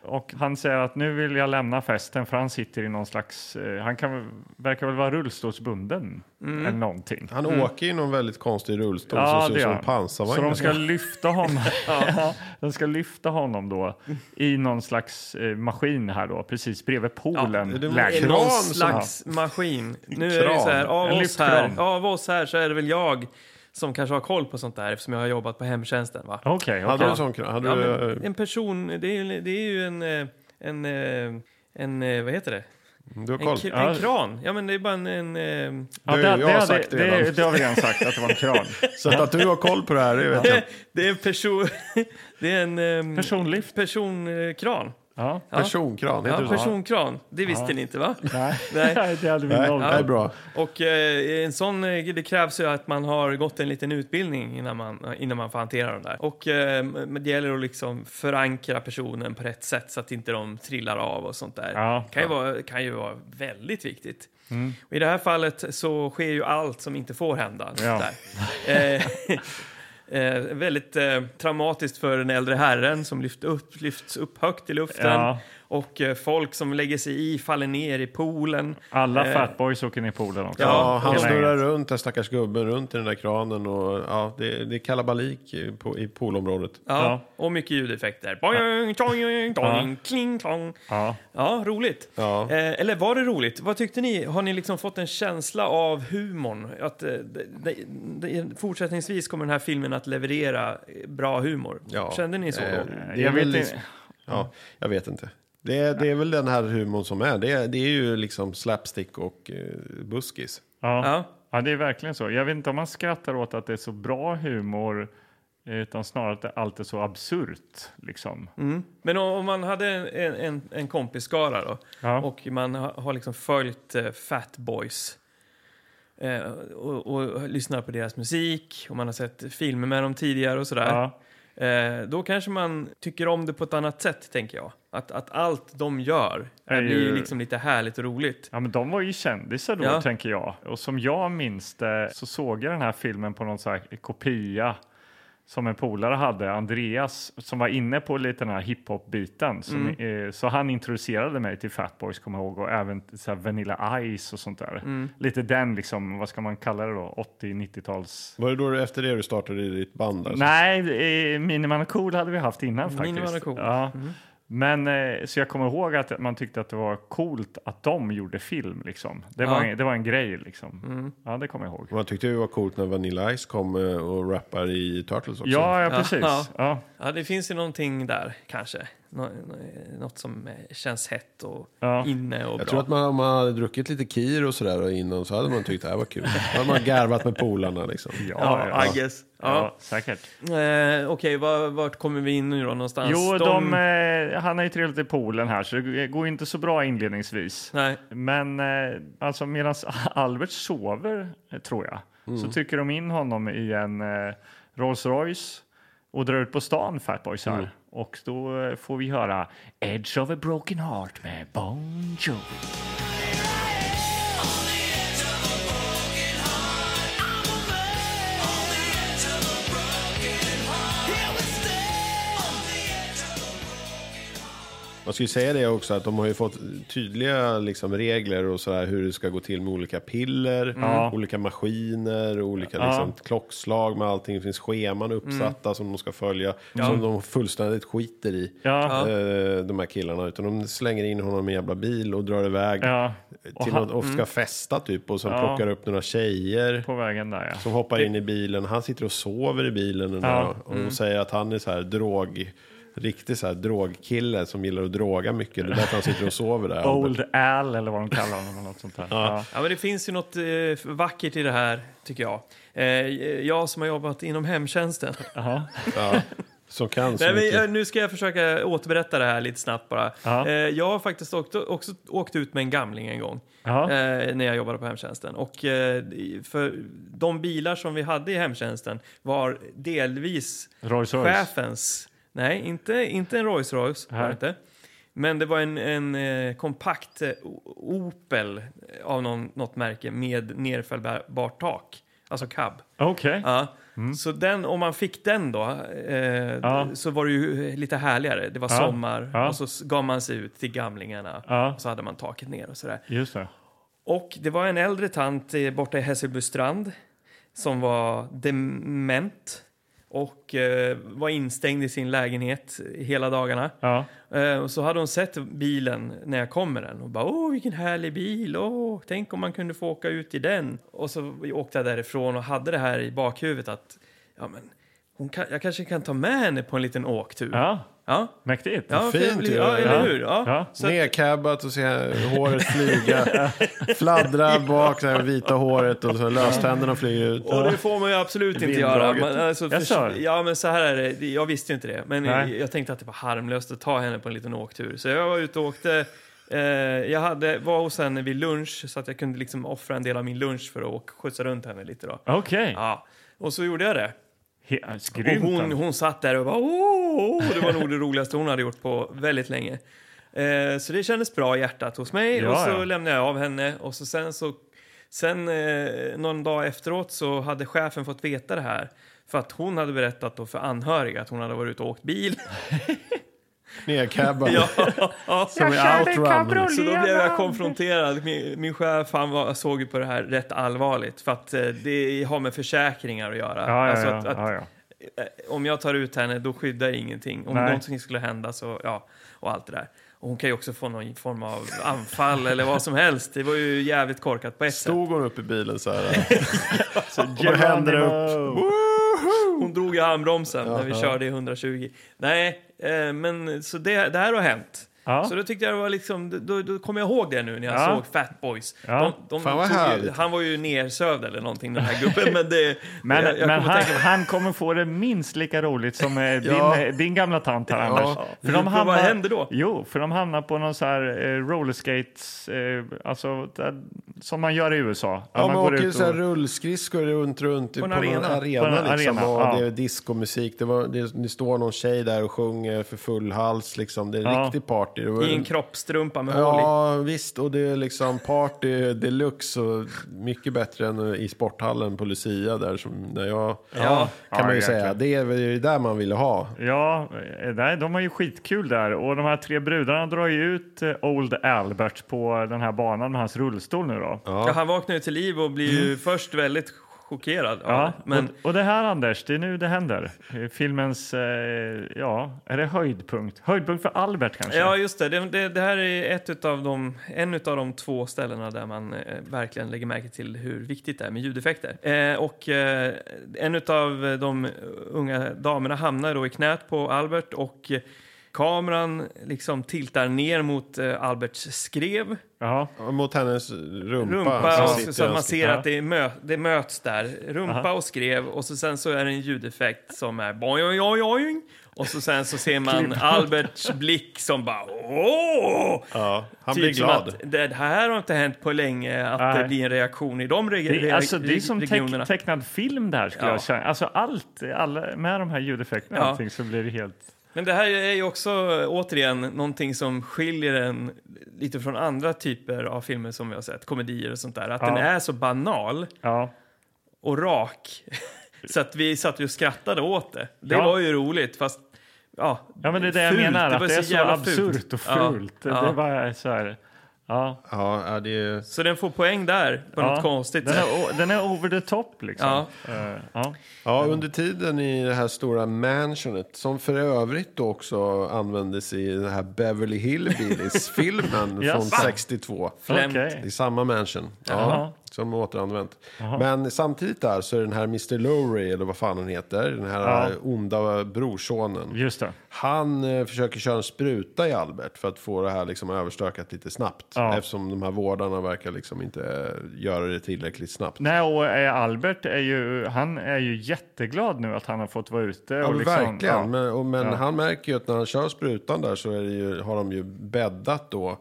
Speaker 3: Och han säger att nu vill jag lämna festen för han sitter i någon slags, eh, han kan, verkar väl vara rullstolsbunden eller någonting.
Speaker 1: Mm. han åker i någon väldigt konstig rullstol som ser
Speaker 3: Mm. det
Speaker 1: ut som
Speaker 3: gör
Speaker 1: en
Speaker 3: han.
Speaker 1: pansarvagn.
Speaker 3: Så de ska lyfta honom, ja, de ska lyfta honom då i någon slags eh, maskin här då, precis bredvid poolen.
Speaker 1: det är väl
Speaker 3: lägger
Speaker 1: Kran
Speaker 2: Någon
Speaker 1: som-
Speaker 2: slags maskin. Nu är det ju
Speaker 1: Kran.
Speaker 2: så här, av
Speaker 3: En
Speaker 2: oss här,
Speaker 3: lyftkran.
Speaker 2: av oss här så är det väl jag som kanske har koll på sånt där eftersom jag har jobbat på hemtjänsten. Va?
Speaker 3: Okej, okej.
Speaker 1: Hade du en sån kran? Hade
Speaker 2: Ja,
Speaker 1: du,
Speaker 2: men en person, det är, ju- det är ju en, eh, en, eh, en, eh, vad heter det?
Speaker 1: eh, du har
Speaker 2: En,
Speaker 1: koll?
Speaker 2: kr-
Speaker 3: Ja.
Speaker 2: en kran. Ja men det är bara en, en eh,
Speaker 3: Ja,
Speaker 1: Du,
Speaker 3: det,
Speaker 1: jag har
Speaker 3: det, hade-
Speaker 1: sagt
Speaker 3: det,
Speaker 1: redan.
Speaker 3: det har vi redan sagt att det var en kran.
Speaker 1: Så att, att du har koll på det här, det vet jag.
Speaker 2: det är en person, det är en ehm,
Speaker 3: Personlift.
Speaker 2: personkran.
Speaker 3: Ja.
Speaker 1: Personkran, heter
Speaker 2: Ja,
Speaker 1: det så?
Speaker 2: personkran, det visste ni inte va?
Speaker 3: Nej.
Speaker 2: Nej.
Speaker 3: det hade vi
Speaker 1: Nej,
Speaker 3: noll
Speaker 1: det är bra.
Speaker 2: Och eh, en sån, eh, det krävs ju att man har gått en liten utbildning innan man, eh, innan man får hantera de där. Och eh, men det gäller att liksom förankra personen på rätt sätt så att inte de trillar av och sånt där.
Speaker 3: Ja. Mm.
Speaker 2: kan, ju vara, kan ju vara väldigt viktigt. Och I det här fallet så sker ju allt som inte får hända.
Speaker 3: Ja.
Speaker 2: Där. Eh, eh, väldigt eh, traumatiskt för den äldre herren som lyft upp, lyfts upp högt i luften.
Speaker 3: Ja.
Speaker 2: Och eh, folk som lägger sig i faller ner i poolen.
Speaker 3: Alla
Speaker 2: Eh,
Speaker 3: fatboys åker ner i poolen också.
Speaker 1: Ja,
Speaker 2: Ja,
Speaker 1: han
Speaker 3: hela
Speaker 1: snurrar
Speaker 3: gänget.
Speaker 1: runt, den stackars gubben, runt i den där kranen. Och, ja, det, det är kalabalik i- på, i poolområdet.
Speaker 2: Ja,
Speaker 3: Ja.
Speaker 2: och mycket ljudeffekter. Boing, toing, toing, kling, klong.
Speaker 3: Ja.
Speaker 2: Ja, roligt.
Speaker 1: Ja.
Speaker 2: Eh, eller var det roligt? Vad tyckte ni? Har ni liksom fått en känsla av humorn? Att, eh, det, det, det, fortsättningsvis kommer den här filmen att leverera eh, bra humor.
Speaker 1: Ja.
Speaker 2: Kände ni så
Speaker 1: Eh,
Speaker 2: då?
Speaker 1: det är
Speaker 3: Jag
Speaker 1: väl
Speaker 3: vet
Speaker 1: liksom-
Speaker 3: inte.
Speaker 1: Ja, jag vet inte. Det är, det är väl den här humorn som är. Det är, det är ju liksom slapstick och eh, buskis.
Speaker 3: Ja.
Speaker 2: Ja.
Speaker 3: ja, det är verkligen så. Jag vet inte om man skrattar åt att det är så bra humor utan snarare att det allt är så absurt. Liksom.
Speaker 1: Mm.
Speaker 2: Men om, om man hade en, en, en kompisskara då
Speaker 3: Ja.
Speaker 2: och man har, har liksom följt eh, Fat Boys eh, och, och lyssnar på deras musik och man har sett filmer med dem tidigare och sådär.
Speaker 3: Ja.
Speaker 2: Eh, då kanske man tycker om det på ett annat sätt, tänker jag. Att, att allt de gör
Speaker 3: Är
Speaker 2: är blir ju
Speaker 3: ju-
Speaker 2: liksom lite härligt och roligt.
Speaker 3: Ja, men de var ju kändisar då,
Speaker 2: Ja.
Speaker 3: tänker jag. Och som jag minns det så såg jag den här filmen på någon så här kopia som en polare hade, Andreas, som var inne på lite den här hiphop-biten. Som,
Speaker 2: Mm.
Speaker 3: eh, så han introducerade mig till Fatboys, kommer jag ihåg, och även till så här Vanilla Ice och sånt där.
Speaker 2: Mm.
Speaker 3: Lite den, liksom, vad ska man kalla det då, 80-90-tals...
Speaker 1: Var det då du- efter det du startade i ditt band? Alltså?
Speaker 3: Nej, eh, Miniman och Cool hade vi haft innan faktiskt.
Speaker 2: Miniman och Cool. Mm.
Speaker 3: Ja. Men eh, så jag kommer ihåg att man tyckte att det var coolt att de gjorde film liksom. Det, var,
Speaker 2: Ja. Mm.
Speaker 3: en, det var en grej liksom. Ja, det kommer jag ihåg.
Speaker 1: Man tyckte det var coolt när Vanilla Ice kom eh, och rappar i Turtles också.
Speaker 3: Ja, ja precis. Ja.
Speaker 2: Ja. Ja, det finns ju någonting där, kanske. Nå- nå- Något som eh, känns hett och
Speaker 3: Ja.
Speaker 2: inne och
Speaker 1: Jag
Speaker 2: bra.
Speaker 1: tror att man, om man hade druckit lite kir och sådär innan så hade man tyckt det här var kul. Då hade man garvat med polarna liksom.
Speaker 3: Ja, ja.
Speaker 2: I guess.
Speaker 3: Ja,
Speaker 2: Ja.
Speaker 3: säkert.
Speaker 2: Eh, Okej, var, vart kommer vi in nu då någonstans?
Speaker 3: Jo, de, eh, han har ju trillat i poolen här, så det går ju inte så bra inledningsvis.
Speaker 2: Nej.
Speaker 3: Men eh, alltså medan Albert sover, eh, tror jag,
Speaker 2: Mm.
Speaker 3: så trycker de in honom i en eh, Rolls Royce och drar ut på stan, Fatboys här.
Speaker 2: Mm.
Speaker 3: Och då eh, får vi höra Edge of a broken heart med Bon
Speaker 8: On
Speaker 3: Jovi.
Speaker 8: the edge of a broken heart, I'm a man.
Speaker 1: Man ska ju säga det också att de har ju fått tydliga liksom, regler och så här, hur det ska gå till med olika piller, olika maskiner, och olika liksom, klockslag med allting. Det finns scheman
Speaker 3: Mm.
Speaker 1: uppsatta som de ska följa, som de fullständigt skiter i,
Speaker 3: Ja.
Speaker 1: eh, de här killarna. Utan de slänger in honom i en jävla bil och drar iväg
Speaker 3: Ja. mm.
Speaker 1: till något, och ska festa typ och sen plockar upp några tjejer.
Speaker 3: På vägen där ja.
Speaker 1: Som hoppar in i bilen. Han sitter och sover i bilen. den
Speaker 3: Ja,
Speaker 1: där, Och
Speaker 2: Mm.
Speaker 1: och säger att han är så här drog... Riktig så här drogkille som gillar att droga mycket. Det är därför han sitter och sover där.
Speaker 3: Old Al eller vad de kallar honom. Något sånt där. Ja.
Speaker 2: Ja, men det finns ju något eh, vackert i det här, tycker jag. Eh, jag som har jobbat inom hemtjänsten.
Speaker 3: Jaha.
Speaker 1: Ja, som kan så
Speaker 2: Nej, men,
Speaker 1: mycket.
Speaker 2: eh, nu ska jag försöka återberätta det här lite snabbt bara.
Speaker 3: Ja.
Speaker 2: Eh, jag har faktiskt åkt, också åkt ut med en gamling en gång.
Speaker 3: Ja.
Speaker 2: eh, när jag jobbade på hemtjänsten. Och eh, för de bilar som vi hade i hemtjänsten var delvis
Speaker 3: Rolls Royce.
Speaker 2: chefens. Nej, inte, inte en Rolls Royce var
Speaker 3: Nej.
Speaker 2: det inte. Men det var en, en eh, kompakt eh, O- Opel av någon, något märke med nerfällbart tak. Alltså cab.
Speaker 3: Okej.
Speaker 2: Ja. Så den, om man fick den då, eh,
Speaker 3: Mm. Ja.
Speaker 2: så var det ju lite härligare. Det var
Speaker 3: Ja.
Speaker 2: sommar
Speaker 3: Ja.
Speaker 2: och så s- gav man sig ut till gamlingarna.
Speaker 3: Ja.
Speaker 2: Och så hade man taket ner och sådär.
Speaker 3: Just det.
Speaker 2: Och det var en äldre tant eh, borta i Hässelbystrand som var dement och eh, var instängd i sin lägenhet hela dagarna.
Speaker 3: Ja.
Speaker 2: Eh, och så hade hon sett bilen när jag kom med den och bara åh vilken härlig bil, åh, tänk om man kunde få åka ut i den. Och så åkte jag därifrån och hade det här i bakhuvudet att ja, men, hon kan, jag kanske kan ta med henne på en liten åktur.
Speaker 3: Ja.
Speaker 2: ja.
Speaker 3: Mäktigt.
Speaker 2: Ja,
Speaker 1: Fint
Speaker 2: för-
Speaker 1: ju.
Speaker 2: ja, eller
Speaker 1: Ja.
Speaker 2: hur? Ja.
Speaker 3: Ja.
Speaker 2: Så att-
Speaker 1: Nedcabbat och se håret flyga. Fladdra bak, det här vita håret och så löständerna flyger ut.
Speaker 2: Och det får man ju absolut inte göra.
Speaker 1: Vinddraget.
Speaker 2: Man, alltså,
Speaker 3: Jag sa det.
Speaker 2: ja, men så här är det. Jag visste ju inte det. Men
Speaker 3: Nej.
Speaker 2: jag tänkte att det var harmlöst att ta henne på en liten åktur. Så jag var ute och åkte. Eh, jag hade, var hos henne vid lunch så att jag kunde liksom offra en del av min lunch för att åka, skjutsa runt henne lite. Då.
Speaker 3: Okej.
Speaker 2: Ja. Och så gjorde jag det.
Speaker 3: He-
Speaker 2: Och
Speaker 3: Grymt. alltså.
Speaker 2: hon, hon satt där och bara åh, åh." det var nog det roligaste hon hade gjort på väldigt länge. Eh, så det kändes bra i hjärtat hos mig
Speaker 3: Ja,
Speaker 2: och så
Speaker 3: ja.
Speaker 2: lämnade jag av henne och så sen så sen eh, någon dag efteråt så hade chefen fått veta det här för att hon hade berättat då för anhöriga att hon hade varit ute och åkt bil.
Speaker 1: Nedcabbat.
Speaker 2: ja,
Speaker 1: Som i Outrun.
Speaker 2: så då blev jag konfronterad. Min, min chef han var, såg ju på det här rätt allvarligt för att eh, det har med försäkringar att göra.
Speaker 3: Ja, ja,
Speaker 2: Alltså
Speaker 3: ja,
Speaker 2: att- att
Speaker 3: ja, ja.
Speaker 2: eh, om jag tar ut henne då skyddar jag ingenting. Om
Speaker 3: Nej.
Speaker 2: någonting skulle hända så, ja, och allt det där. Och hon kan ju också få någon form av anfall eller vad som helst. Det var ju jävligt korkat på ett sätt.
Speaker 1: Stod hon upp i bilen så här. Och då hände det upp.
Speaker 2: Hon drog i armbromsen när vi körde i 120. Nej, eh, men så det, det här har hänt.
Speaker 3: Ja.
Speaker 2: Så då tyckte jag det var liksom, då, då kommer jag ihåg det nu när jag
Speaker 3: Ja.
Speaker 2: såg Fat Boys.
Speaker 3: Ja.
Speaker 1: Fan, vad
Speaker 2: tog ju,
Speaker 1: härligt.
Speaker 2: han var ju nersövd eller någonting den här gubben. Men, det,
Speaker 3: Men,
Speaker 2: jag, jag kommer
Speaker 3: men han,
Speaker 2: att tänka-
Speaker 3: han kommer få det minst lika roligt som eh, din,
Speaker 1: Ja.
Speaker 3: eh, din gamla tant här,
Speaker 1: Ja.
Speaker 3: Anders. För
Speaker 2: Vad händer då?
Speaker 3: Jo, för de hamnar på någon så här eh, rollerskates, eh, alltså där, som man gör i USA. Där
Speaker 1: Ja,
Speaker 3: man
Speaker 1: man
Speaker 3: går
Speaker 1: åker ju
Speaker 3: ut
Speaker 1: så här rullskridskor runt, runt på,
Speaker 2: en
Speaker 1: någon
Speaker 2: arena.
Speaker 1: arena,
Speaker 3: På en
Speaker 1: liksom.
Speaker 3: arena,
Speaker 1: och
Speaker 3: ja.
Speaker 1: det är diskomusik. Det, var, det, det står någon tjej där och sjunger för full hals liksom. Det är
Speaker 3: Ja.
Speaker 1: riktig party. Det var-
Speaker 2: I en kroppstrumpa med hål i.
Speaker 1: Ja, visst. Och det är liksom party deluxe och mycket bättre än i sporthallen på Lucia där som när jag...
Speaker 2: Ja.
Speaker 1: Kan man ju
Speaker 3: Ja,
Speaker 1: säga. Det är väl det där man ville ha.
Speaker 3: Ja, eh, nej, de har ju skitkul där. Och de här tre brudarna drar ju ut eh, Old Albert på den här banan med hans rullstol nu då.
Speaker 2: Ja. han vaknar ju till liv och blir ju först väldigt chockerad. av
Speaker 3: Mm. Ja,
Speaker 2: det. men
Speaker 3: och, och det här Anders, det är nu det händer. Eh, Filmens, eh, ja, är det höjdpunkt? Höjdpunkt för Albert kanske?
Speaker 2: ja, just det. Det, det. det här är ett utav de, en av de två ställena där man eh, verkligen lägger märke till hur viktigt det är med ljudeffekter. Eh, och eh, en av de unga damerna hamnar då i knät på Albert och eh, kameran liksom tiltar ner mot eh, Alberts skrev.
Speaker 3: Jaha.
Speaker 1: Mot hennes rumpa.
Speaker 2: Rumpa,
Speaker 1: som
Speaker 2: och
Speaker 1: sitter
Speaker 2: så, så att man
Speaker 1: ganska-
Speaker 2: ser att det, är mö, det möts där. Rumpa och skrev och så sen så är det en ljudeffekt som är boing, boing, boing, boing. Och så sen så ser man Alberts blick som bara åh!
Speaker 1: Ja, han
Speaker 2: Typ
Speaker 1: blir
Speaker 2: som
Speaker 1: glad.
Speaker 2: Att det här har inte hänt på länge, att
Speaker 3: Nej.
Speaker 2: det blir en reaktion i de reg-
Speaker 3: Det, är- alltså, det är som
Speaker 2: regionerna.
Speaker 3: teck, tecknad film där skulle
Speaker 2: Ja.
Speaker 3: jag säga. Alltså allt, alla, med de här ljudeffekterna
Speaker 2: Ja.
Speaker 3: och allting så blir det helt...
Speaker 2: Men det här är ju också eh, återigen någonting som skiljer den lite från andra typer av filmer som vi har sett, komedier och sånt där. Att
Speaker 3: Ja.
Speaker 2: den är så banal
Speaker 3: Ja.
Speaker 2: och rak. så att vi satt ju och skrattade åt det. Det
Speaker 3: Ja.
Speaker 2: var ju roligt, fast Ja,
Speaker 3: Ja, men det är det jag
Speaker 2: fult.
Speaker 3: menar,
Speaker 2: var
Speaker 3: att det är så
Speaker 2: jävla
Speaker 3: absurt och
Speaker 2: Ja,
Speaker 3: fult.
Speaker 2: ja.
Speaker 3: Det var så här, ja.
Speaker 1: Ja, ja, det är...
Speaker 2: Så den får poäng där på
Speaker 3: ja.
Speaker 2: något konstigt
Speaker 3: Den
Speaker 2: sätt.
Speaker 3: är, o- den är over the top liksom.
Speaker 2: Ja.
Speaker 3: Eh, ja.
Speaker 1: ja, under tiden i det här stora mansionet, som för övrigt då också användes i den här Beverly Hillbillies-filmen
Speaker 3: Ja,
Speaker 1: från
Speaker 3: sant.
Speaker 1: 62.
Speaker 2: Flämt.
Speaker 3: Okej.
Speaker 1: I samma mansion.
Speaker 3: Jaha.
Speaker 1: Ja, som återanvänt. Men samtidigt där så är den här Mr. Lowry, eller vad fan han heter, den här
Speaker 3: Ja.
Speaker 1: eh, onda brorsonen.
Speaker 3: Just det.
Speaker 1: Han eh, försöker köra en spruta i Albert för att få det här liksom överstökat lite snabbt.
Speaker 3: Ja.
Speaker 1: Eftersom de här vårdarna verkar liksom inte eh, göra det tillräckligt snabbt.
Speaker 3: Nej, och eh, Albert är ju, han är ju jätteglad nu att han har fått vara ute.
Speaker 1: Ja,
Speaker 3: och
Speaker 1: men
Speaker 3: liksom,
Speaker 1: verkligen.
Speaker 3: ja.
Speaker 1: Men, och, men
Speaker 3: Ja.
Speaker 1: han märker ju att när han kör sprutan där så är det ju, har de ju bäddat då.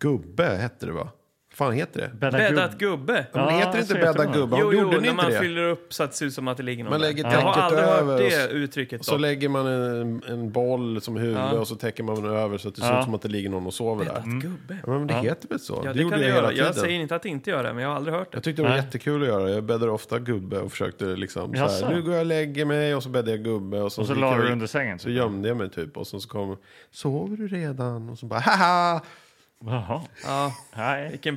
Speaker 1: Gubbe hette det va? Vad fan heter det?
Speaker 3: Bädda
Speaker 2: Bäddat
Speaker 3: gubb.
Speaker 2: gubbe.
Speaker 1: Men
Speaker 3: Ja,
Speaker 1: heter det inte
Speaker 3: så heter
Speaker 1: bädda
Speaker 3: man.
Speaker 1: gubbe?
Speaker 2: Jo,
Speaker 1: Gjorde
Speaker 2: jo,
Speaker 1: ni
Speaker 2: när
Speaker 1: inte
Speaker 2: man
Speaker 1: det?
Speaker 2: fyller upp så att det ser ut som att det ligger någon
Speaker 1: Man
Speaker 2: där.
Speaker 1: lägger
Speaker 2: Jag har
Speaker 1: täcket
Speaker 2: aldrig
Speaker 1: över
Speaker 2: hört
Speaker 1: och
Speaker 2: det
Speaker 1: s-
Speaker 2: uttrycket.
Speaker 1: Så
Speaker 2: dock.
Speaker 1: lägger man en, en boll som huvud
Speaker 2: Ja.
Speaker 1: och så täcker man den över så att det ser
Speaker 3: Ja.
Speaker 1: ut som att det ligger någon och sover där.
Speaker 2: Bäddat
Speaker 3: Mm.
Speaker 2: gubbe.
Speaker 1: Ja, men det heter väl så? det,
Speaker 2: Ja, det,
Speaker 1: gjorde
Speaker 2: kan
Speaker 1: jag
Speaker 2: du
Speaker 1: hela
Speaker 2: göra.
Speaker 1: tiden.
Speaker 2: Jag
Speaker 1: Jag,
Speaker 2: säger inte att inte göra det, men jag har aldrig hört det.
Speaker 1: tyckte det var
Speaker 3: Nej.
Speaker 1: jättekul att göra. Jag bäddade ofta gubbe och försökte liksom så
Speaker 3: Jaså?
Speaker 1: här, nu går jag och lägger mig och så bäddade jag gubbe och så,
Speaker 3: Och så
Speaker 1: gick
Speaker 3: la
Speaker 1: jag
Speaker 3: du
Speaker 1: och-
Speaker 3: under sängen.
Speaker 1: Så gömde jag mig typ och sen så kom sover du redan? Och så bara haha!
Speaker 3: Jaha.
Speaker 2: Ja,
Speaker 3: Nej.
Speaker 2: vilken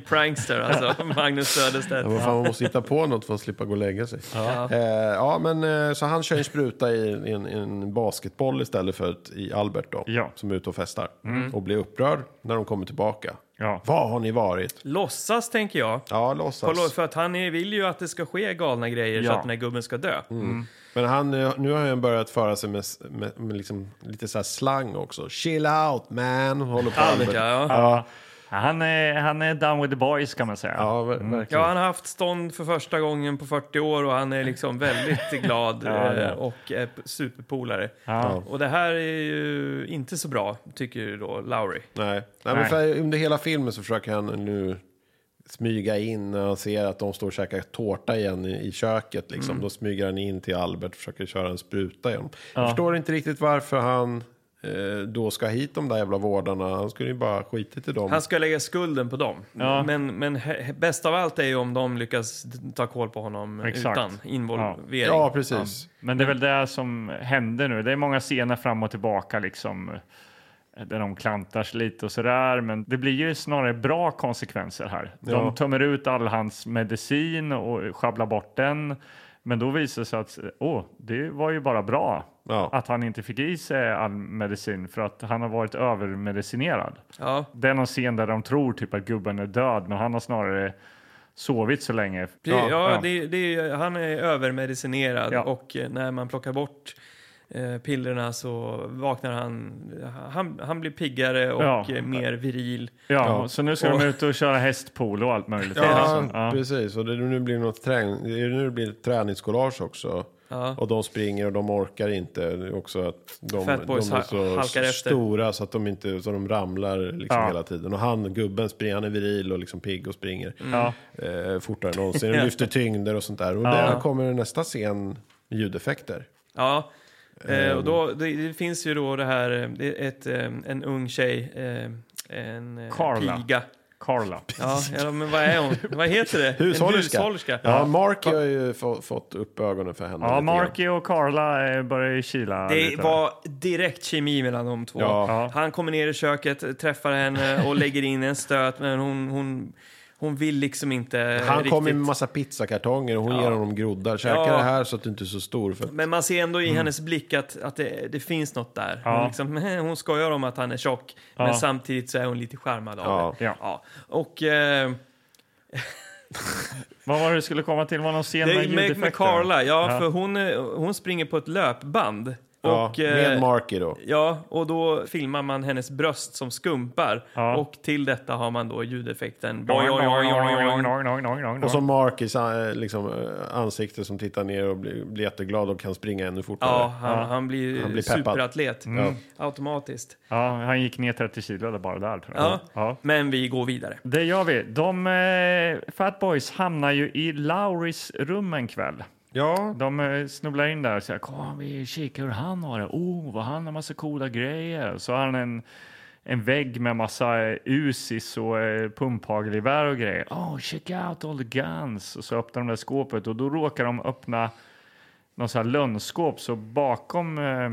Speaker 2: prankster alltså, Magnus Söderstedt.
Speaker 1: Ja, vad fan, man måste hitta på något för att slippa gå och lägga sig.
Speaker 2: Ja.
Speaker 1: Eh, ja, men eh, så han kör en spruta i en, i en, i en basketboll istället för ett, i Albert då.
Speaker 3: Ja. Mm.
Speaker 1: Som är ute och festar. Och blir upprörd när de kommer tillbaka.
Speaker 3: Ja.
Speaker 1: Var har ni varit?
Speaker 2: Låtsas, tänker jag.
Speaker 1: Ja,
Speaker 2: Förlåt,
Speaker 1: låtsas.
Speaker 2: För att han är- vill ju att det ska ske galna grejer så
Speaker 3: Ja.
Speaker 2: att den här gubben ska dö.
Speaker 1: Mm. Men han, eh, nu har han börjat föra sig med, med, med liksom, lite så här slang också. Chill out man! Håller på
Speaker 2: Albert, ja, ja.
Speaker 1: ja.
Speaker 3: Han, är, han är down with the boys kan man säga.
Speaker 1: Ja, ver- verkligen.
Speaker 2: Ja, han har haft stånd för första gången på 40 år och han är liksom väldigt glad
Speaker 3: Ja, det.
Speaker 2: eh, och är p- superpolare.
Speaker 3: Ja.
Speaker 2: Och det här är ju inte så bra, tycker ju då Lowry.
Speaker 1: Nej. Nej, men
Speaker 3: Nej.
Speaker 1: för under hela filmen så försöker han nu smyga in när han ser att de står och käkar tårta igen i, i köket. Liksom. Då smyger han in till Albert och försöker köra en spruta igen. Jag förstår inte riktigt varför han eh, då ska hit de där jävla vårdarna. Han skulle ju bara skita till dem.
Speaker 2: Han ska lägga skulden på dem.
Speaker 3: Ja.
Speaker 2: Men, men he- he- bäst av allt är ju om de lyckas d- ta koll på honom
Speaker 3: Exakt.
Speaker 2: utan involvering.
Speaker 1: Ja, precis.
Speaker 3: Men det är väl det som händer nu. Det är många scener fram och tillbaka liksom eh, där de klantar sig lite och sådär. Men det blir ju snarare bra konsekvenser här.
Speaker 1: Ja.
Speaker 3: De tömmer ut all hans medicin och sjabblar bort den. Men då visar det sig att eh, åh, det var ju bara bra
Speaker 1: Ja.
Speaker 3: att han inte fick i sig all medicin för att han har varit övermedicinerad.
Speaker 2: Ja.
Speaker 3: Det är någon scen där de tror typ att gubben är död, men han har snarare sovit så länge.
Speaker 2: Det, ja,
Speaker 3: ja.
Speaker 2: Det, det, är- han är övermedicinerad
Speaker 3: Ja.
Speaker 2: och eh, när man plockar bort eh, pillerna så vaknar han. Han, han blir piggare och
Speaker 3: Ja.
Speaker 2: eh, mer viril.
Speaker 3: Ja, så nu ska
Speaker 2: Och-
Speaker 3: de ut och köra hästpolo och allt möjligt.
Speaker 1: Ja,
Speaker 3: Alltså, ja.
Speaker 1: precis. Och det, nu blir det något träning, det är nu det blir ett träningskollage också.
Speaker 2: Ja.
Speaker 1: Och de springer och de orkar inte. Det är också att de, de
Speaker 2: Fat Boys
Speaker 1: är så
Speaker 2: ha- halkar efter.
Speaker 1: stora så att de, inte, så de ramlar liksom
Speaker 3: Ja.
Speaker 1: hela tiden. Och han, gubben, springer, han är viril och liksom pigg och springer
Speaker 3: Ja.
Speaker 2: Mm.
Speaker 1: eh, fortare än någonsin. Och lyfter tyngder och sånt där. Och där kommer nästa scen, ljudeffekter.
Speaker 2: Ja. Eh, och då, det, det finns ju då det här, eh, det är ett, eh, en ung tjej, eh, en eh,
Speaker 3: Carla.
Speaker 2: piga.
Speaker 3: Carla.
Speaker 2: Ja, ja, men vad är hon? Vad heter det? En
Speaker 1: Hushållerska.
Speaker 2: hushållerska.
Speaker 1: Ja, Mark har ju få, fått upp ögonen för henne.
Speaker 3: Ja,
Speaker 1: lite grann.
Speaker 3: Marky och Carla eh, börjar ju kila
Speaker 2: Det
Speaker 3: lite.
Speaker 2: var direkt kemi mellan de två.
Speaker 1: Ja.
Speaker 3: Ja.
Speaker 2: Han kommer ner i köket, träffar henne och lägger in en stöt, men hon, hon, hon vill liksom inte
Speaker 1: Han
Speaker 2: riktigt.
Speaker 1: kommer med massa pizzakartonger och hon ger honom groddar. Käka
Speaker 2: Ja.
Speaker 1: det här så att du inte är så stor. För...
Speaker 2: Men man ser ändå i hennes blick att, att det, det finns något där.
Speaker 3: Ja.
Speaker 2: Hon, liksom, hon skojar om att han är tjock, men
Speaker 3: Ja.
Speaker 2: samtidigt så är hon lite charmad av
Speaker 1: Ja.
Speaker 2: det.
Speaker 3: Ja.
Speaker 2: Och eh,
Speaker 3: Vad var det du skulle komma till? Var någon scen
Speaker 2: det
Speaker 3: med
Speaker 2: är med,
Speaker 3: ljudeffekter?
Speaker 2: med Carla, ja,
Speaker 3: Ja.
Speaker 2: för hon, eh, hon springer på ett löpband.
Speaker 1: Ja,
Speaker 2: och, eh,
Speaker 1: med Marky då.
Speaker 2: Ja, och då filmar man hennes bröst som skumpar.
Speaker 3: Ja.
Speaker 2: Och till detta har man då ljudeffekten.
Speaker 3: Oj,
Speaker 2: Oj, oj, oj, oj, oj, oj.
Speaker 3: oj, oj, oj, oj.
Speaker 1: Och så Markis eh, liksom, eh, ansikte som tittar ner och blir, blir jätteglad och kan springa ännu fortare.
Speaker 2: Ja, han, han blir,
Speaker 1: Han blir peppad.
Speaker 2: superatlet. Automatiskt.
Speaker 3: Ja, han gick ner 30 kilo eller bara där. Tror jag.
Speaker 2: Ja.
Speaker 3: Ja.
Speaker 2: Men vi går vidare.
Speaker 3: Det gör vi. De eh, Fat Boys hamnar ju i Lauris rum en kväll.
Speaker 1: Ja,
Speaker 3: De eh, snubblar in där och säger kom vi kikar hur han har det. Oh, vad han har massa coola grejer. Så har han en, en vägg med massa eh, Usis och eh, pumphagelgevär och grejer. Oh, check out all the guns. Och så öppnar de det skåpet och då råkar de öppna någon sån här lönnskåp. Så bakom eh,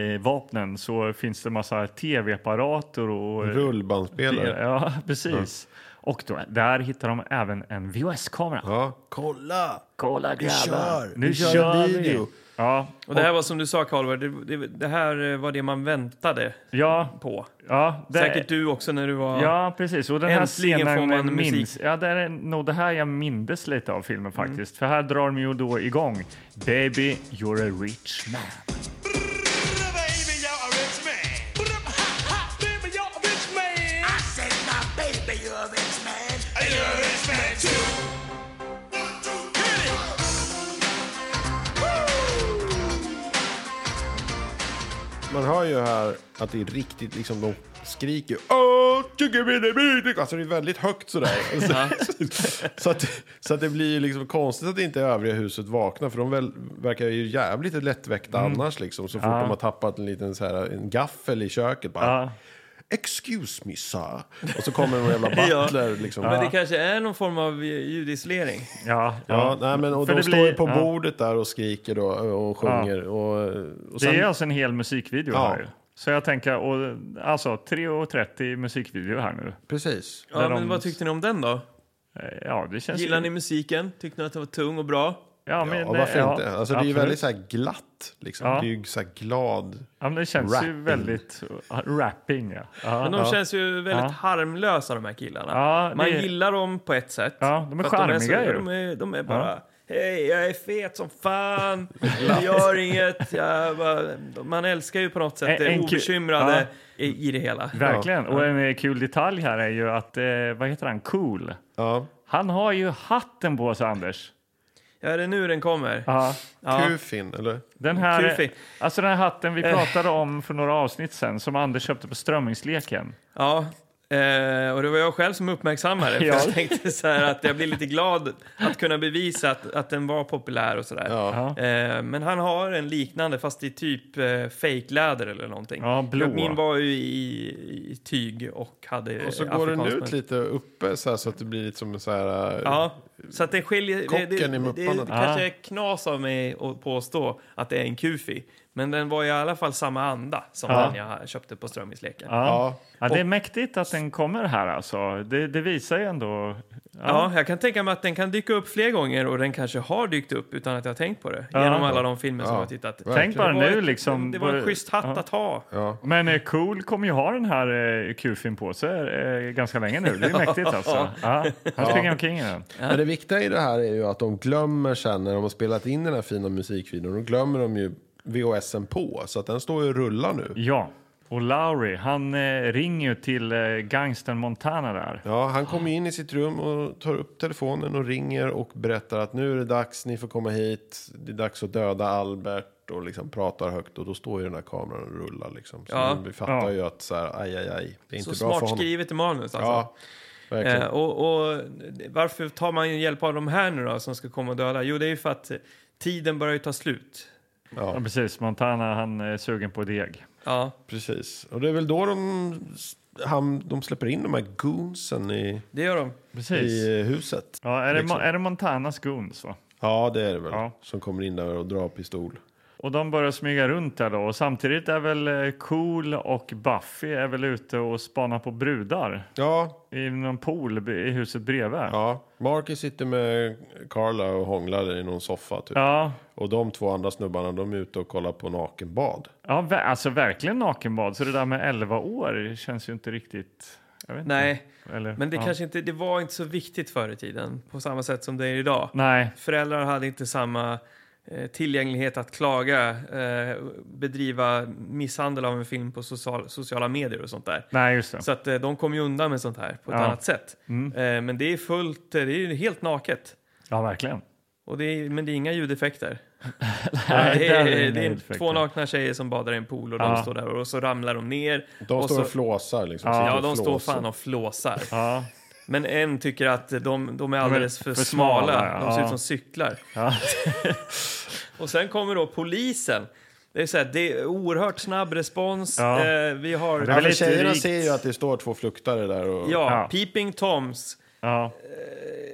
Speaker 3: eh, vapnen så finns det massa tv-apparater och... eh,
Speaker 1: Rullbandspelare.
Speaker 3: Ja, precis. Och då, där hittar de även en VHS-kamera.
Speaker 1: Ja. Kolla!
Speaker 3: Kolla grabbar!
Speaker 1: kör!
Speaker 3: Nu
Speaker 1: Vi
Speaker 3: kör,
Speaker 1: kör
Speaker 3: vi!
Speaker 1: video.
Speaker 3: Ja,
Speaker 2: Och det här var som du sa, Karlberg, det, det, det här eh, var det man väntade
Speaker 3: ja,
Speaker 2: på.
Speaker 3: ja. det-
Speaker 2: Säkert du också när du var...
Speaker 3: Ja, precis. Och den här
Speaker 2: Äntligen får
Speaker 3: scenen
Speaker 2: man musik.
Speaker 3: minns. Ja, det är nog det här jag mindes lite av
Speaker 1: Mm.
Speaker 3: filmen faktiskt. För här drar de ju då igång. Baby, you're a rich man.
Speaker 8: Baby, you're a rich man. Baby, you're a rich man. I say, my baby, you're a rich man. You're a rich man too. One, two, hit it.
Speaker 1: Man hör ju här att det är riktigt liksom de skriker Åh, tycker vi det är mycket?" Alltså det är väldigt högt sådär. Alltså, så, att, så att det blir ju liksom konstigt att inte övriga huset vaknar för de väl, verkar ju jävligt lättväckta
Speaker 3: Mm.
Speaker 1: annars liksom. Så fort de har tappat en liten så här, en gaffel i köket bara.
Speaker 3: Ja.
Speaker 1: Excuse me sir. Och så kommer en jävla butler liksom.
Speaker 2: Men det kanske är någon form av eh, ljudisolering.
Speaker 3: Ja,
Speaker 1: Ja, nej, men, och
Speaker 3: För
Speaker 1: de
Speaker 3: det
Speaker 1: står
Speaker 3: blir-
Speaker 1: ju på
Speaker 3: ja.
Speaker 1: bordet där och skriker då, och sjunger. Och, och sen,
Speaker 3: Det är alltså en hel musikvideo
Speaker 1: Ja.
Speaker 3: här ju. Så jag tänker, och, alltså 3.30 musikvideo här nu.
Speaker 1: Precis.
Speaker 2: Ja,
Speaker 3: Där
Speaker 2: men
Speaker 3: de-
Speaker 2: vad tyckte ni om den då?
Speaker 3: Eh, Ja, det känns...
Speaker 2: Gillade ni musiken? Tyckte ni att den var tung och bra?
Speaker 3: Ja, men, eh,
Speaker 1: Ja, varför
Speaker 3: ja,
Speaker 1: inte? Alltså, det är ju
Speaker 3: absolut.
Speaker 1: väldigt så här glatt. Liksom.
Speaker 3: Ja.
Speaker 1: Det är ju så här glad.
Speaker 3: Ja, men det känns ju
Speaker 1: rapping.
Speaker 3: väldigt... ja, Rapping, ja. ja.
Speaker 2: Men de känns ju väldigt harmlösa de här killarna.
Speaker 3: Ja, det-
Speaker 2: Man gillar dem på ett sätt.
Speaker 3: Ja, de är
Speaker 2: För att de
Speaker 3: charmiga
Speaker 2: så,
Speaker 3: ju.
Speaker 2: De är, de är bara... Hej, jag är fet som fan. Jag gör inget. Jag bara, man älskar ju på något sätt
Speaker 3: En- en
Speaker 2: det
Speaker 3: kul-
Speaker 2: obekymrade i, i det hela.
Speaker 3: Verkligen. Och en eh, kul detalj här är ju att, eh, vad heter han, Cool?
Speaker 1: Ja.
Speaker 3: Han har ju hatten på sig, Anders.
Speaker 2: Ja, det är nu den kommer.
Speaker 3: Ja.
Speaker 2: Ja.
Speaker 1: Kufin, eller?
Speaker 3: Den här,
Speaker 2: Kufi.
Speaker 3: alltså den här hatten vi pratade om för några avsnitt sen som Anders köpte på strömmingsleken.
Speaker 2: Ja, eh, och det var jag själv som uppmärksammade det.
Speaker 3: Ja.
Speaker 2: Jag tänkte så här att jag blir lite glad att kunna bevisa att, att den var populär och sådär.
Speaker 1: Ja.
Speaker 2: Eh, men han har en liknande fast i typ eh, fake läder eller någonting.
Speaker 3: Ja, blå.
Speaker 2: Min var ju i, i tyg och hade
Speaker 1: Och så
Speaker 2: eh,
Speaker 1: går den
Speaker 2: afrikansk
Speaker 1: ut
Speaker 2: mönster.
Speaker 1: lite uppe så, här, så att det blir lite som en så här... eh,
Speaker 2: Ja, så att det skiljer... Det, det,
Speaker 1: Kocken i
Speaker 2: det, det,
Speaker 1: mupparna.
Speaker 3: Ah.
Speaker 2: kanske är knas av mig att påstå att det är en kufi. Men den var i alla fall samma anda som
Speaker 3: Ja.
Speaker 2: den jag köpte på Strömmingsleken.
Speaker 3: Ah.
Speaker 1: Ja.
Speaker 3: Ja, det är mäktigt att den kommer här alltså. Det, det visar ju ändå...
Speaker 2: Ja, jag kan tänka mig att den kan dyka upp fler gånger och den kanske har dykt upp utan att jag har tänkt på det. Genom alla de filmer som jag har tittat.
Speaker 3: Ah. Tänk bara
Speaker 2: Det var
Speaker 3: nu
Speaker 2: ett-
Speaker 3: liksom.
Speaker 2: Det var en schysst hatt att ha.
Speaker 1: ja.
Speaker 3: Men eh, Cool kommer ju ha den här eh, kufin på sig eh, ganska länge nu. Det är mäktigt alltså. Ja, han springer omkring i den.
Speaker 1: Men det viktiga i det här är ju att de glömmer sen när de har spelat in den här fina musikvideon. Då glömmer de ju VHSen på. Så att den står ju och rullar nu.
Speaker 3: Ja, och Lowry, han eh, ringer ju till eh, gangstern Montana där.
Speaker 1: Ja, han kommer in i sitt rum och tar upp telefonen och ringer och berättar att nu är det dags, ni får komma hit. Det är dags att döda Albert och liksom pratar högt. Och då står ju den här kameran och rullar liksom. Så
Speaker 2: Ja.
Speaker 1: vi fattar
Speaker 3: Ja.
Speaker 1: ju att så här, aj, aj, aj. Det är inte
Speaker 2: Så
Speaker 1: bra för
Speaker 2: smart
Speaker 1: honom.
Speaker 2: skrivet i manus alltså.
Speaker 1: Ja, verkligen.
Speaker 2: Eh, och, och varför tar man hjälp av de här nu då som ska komma och döda? Jo, det är ju för att eh, tiden börjar ju ta slut.
Speaker 3: Ja, precis. Montana, han är sugen på deg.
Speaker 2: Ja,
Speaker 1: Precis. Och det är väl då de, han, de släpper in de här goonsen i,
Speaker 2: det gör de.
Speaker 3: Precis.
Speaker 1: i huset.
Speaker 3: Ja, är, det,
Speaker 1: liksom.
Speaker 3: Mo- är det Montanas goons? Va?
Speaker 1: Ja, det är det väl.
Speaker 3: Ja.
Speaker 1: Som kommer in där och drar pistol.
Speaker 3: Och de börjar smyga runt där då. Och samtidigt är väl eh, Cool och Buffy är väl ute och spanar på brudar
Speaker 1: Ja,
Speaker 3: i någon pool b- i huset bredvid. Ja.
Speaker 1: ja. Marky sitter med Carla och hånglar i någon soffa typ.
Speaker 3: Ja,
Speaker 1: Och de två andra snubbarna, de är ute och kollar på nakenbad.
Speaker 3: ver- alltså verkligen nakenbad. Så det där med 11 år känns ju inte riktigt... Jag vet
Speaker 2: Nej,
Speaker 3: Inte, eller,
Speaker 2: men det
Speaker 3: ja.
Speaker 2: kanske inte, det var inte så viktigt förr i tiden på samma sätt som det är idag.
Speaker 3: Nej,
Speaker 2: föräldrar hade inte samma eh, tillgänglighet att klaga, eh, bedriva misshandel av en film på social, sociala medier och sånt där.
Speaker 3: nej just det.
Speaker 2: Så att eh, de kom ju undan med sånt här på ett
Speaker 3: Ja. Mm.
Speaker 2: annat sätt. Eh, men det är fullt, eh, det är ju helt naket.
Speaker 3: Ja, verkligen.
Speaker 2: Och det är, men det är inga ljudeffekter.
Speaker 3: Nej,
Speaker 2: det
Speaker 3: där
Speaker 2: är,
Speaker 3: är inga
Speaker 2: det är
Speaker 3: ljudeffekter.
Speaker 2: två nakna tjejer som badar i en pool och
Speaker 3: Ja.
Speaker 2: de står där och så ramlar de ner.
Speaker 1: De
Speaker 2: och
Speaker 1: står
Speaker 2: så,
Speaker 1: och flåsar liksom. Sitter
Speaker 2: Ja,
Speaker 1: och
Speaker 2: de står
Speaker 1: flåsar.
Speaker 2: fan och flåsar.
Speaker 3: Ja.
Speaker 2: Men en tycker att de, de är alldeles för,
Speaker 3: för
Speaker 2: smala.
Speaker 3: smala,
Speaker 2: De ser
Speaker 3: ja.
Speaker 2: ut som cyklar. och sen kommer då polisen. Det är, så här, det är oerhört snabb respons.
Speaker 3: Ja.
Speaker 2: Eh, vi har...
Speaker 3: är
Speaker 1: Ja,
Speaker 2: Ja,
Speaker 1: men
Speaker 3: lite
Speaker 1: tjejerna
Speaker 3: rikt.
Speaker 1: ser ju att det står två fluktare där och...
Speaker 3: Ja.
Speaker 2: Peeping Toms.
Speaker 3: ja.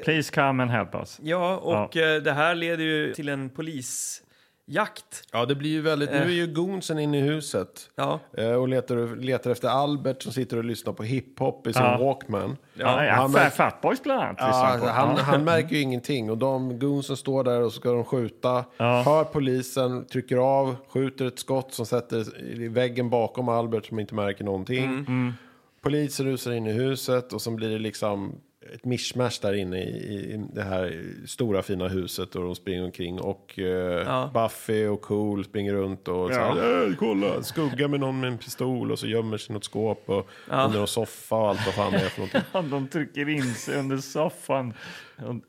Speaker 3: Please come and help us.
Speaker 2: Ja, och eh, det här leder ju till en polis jakt.
Speaker 1: Ja, det blir ju väldigt... Nu är ju Gonsen inne i huset.
Speaker 2: Eh. Ja.
Speaker 1: Eh, Och letar, letar efter Albert som sitter och lyssnar på hiphop i sin
Speaker 3: Ja.
Speaker 1: Walkman.
Speaker 3: Ja, ja,
Speaker 1: han,
Speaker 3: Fat-
Speaker 1: märker,
Speaker 3: Fatboys bland annat.
Speaker 1: ja, alltså,
Speaker 3: lyssnar jag på.
Speaker 1: han,
Speaker 3: Ja.
Speaker 1: han märker ju ingenting. Och de Gonsen står där och så ska de skjuta.
Speaker 3: Ja.
Speaker 1: Hör polisen, trycker av, skjuter ett skott som sätter i väggen bakom Albert som inte märker någonting.
Speaker 3: Mm.
Speaker 1: Polisen rusar in i huset och sen blir det liksom ett mischmasch där inne i, i det här stora fina huset och de springer omkring och eh, Buffy och Cool springer runt och så här, "Ey, kolla, skugga med någon med en pistol och så gömmer sig i något skåp och under någon soffa och allt vad fan det är för någonting.
Speaker 3: De trycker in sig under soffan. Ja, det,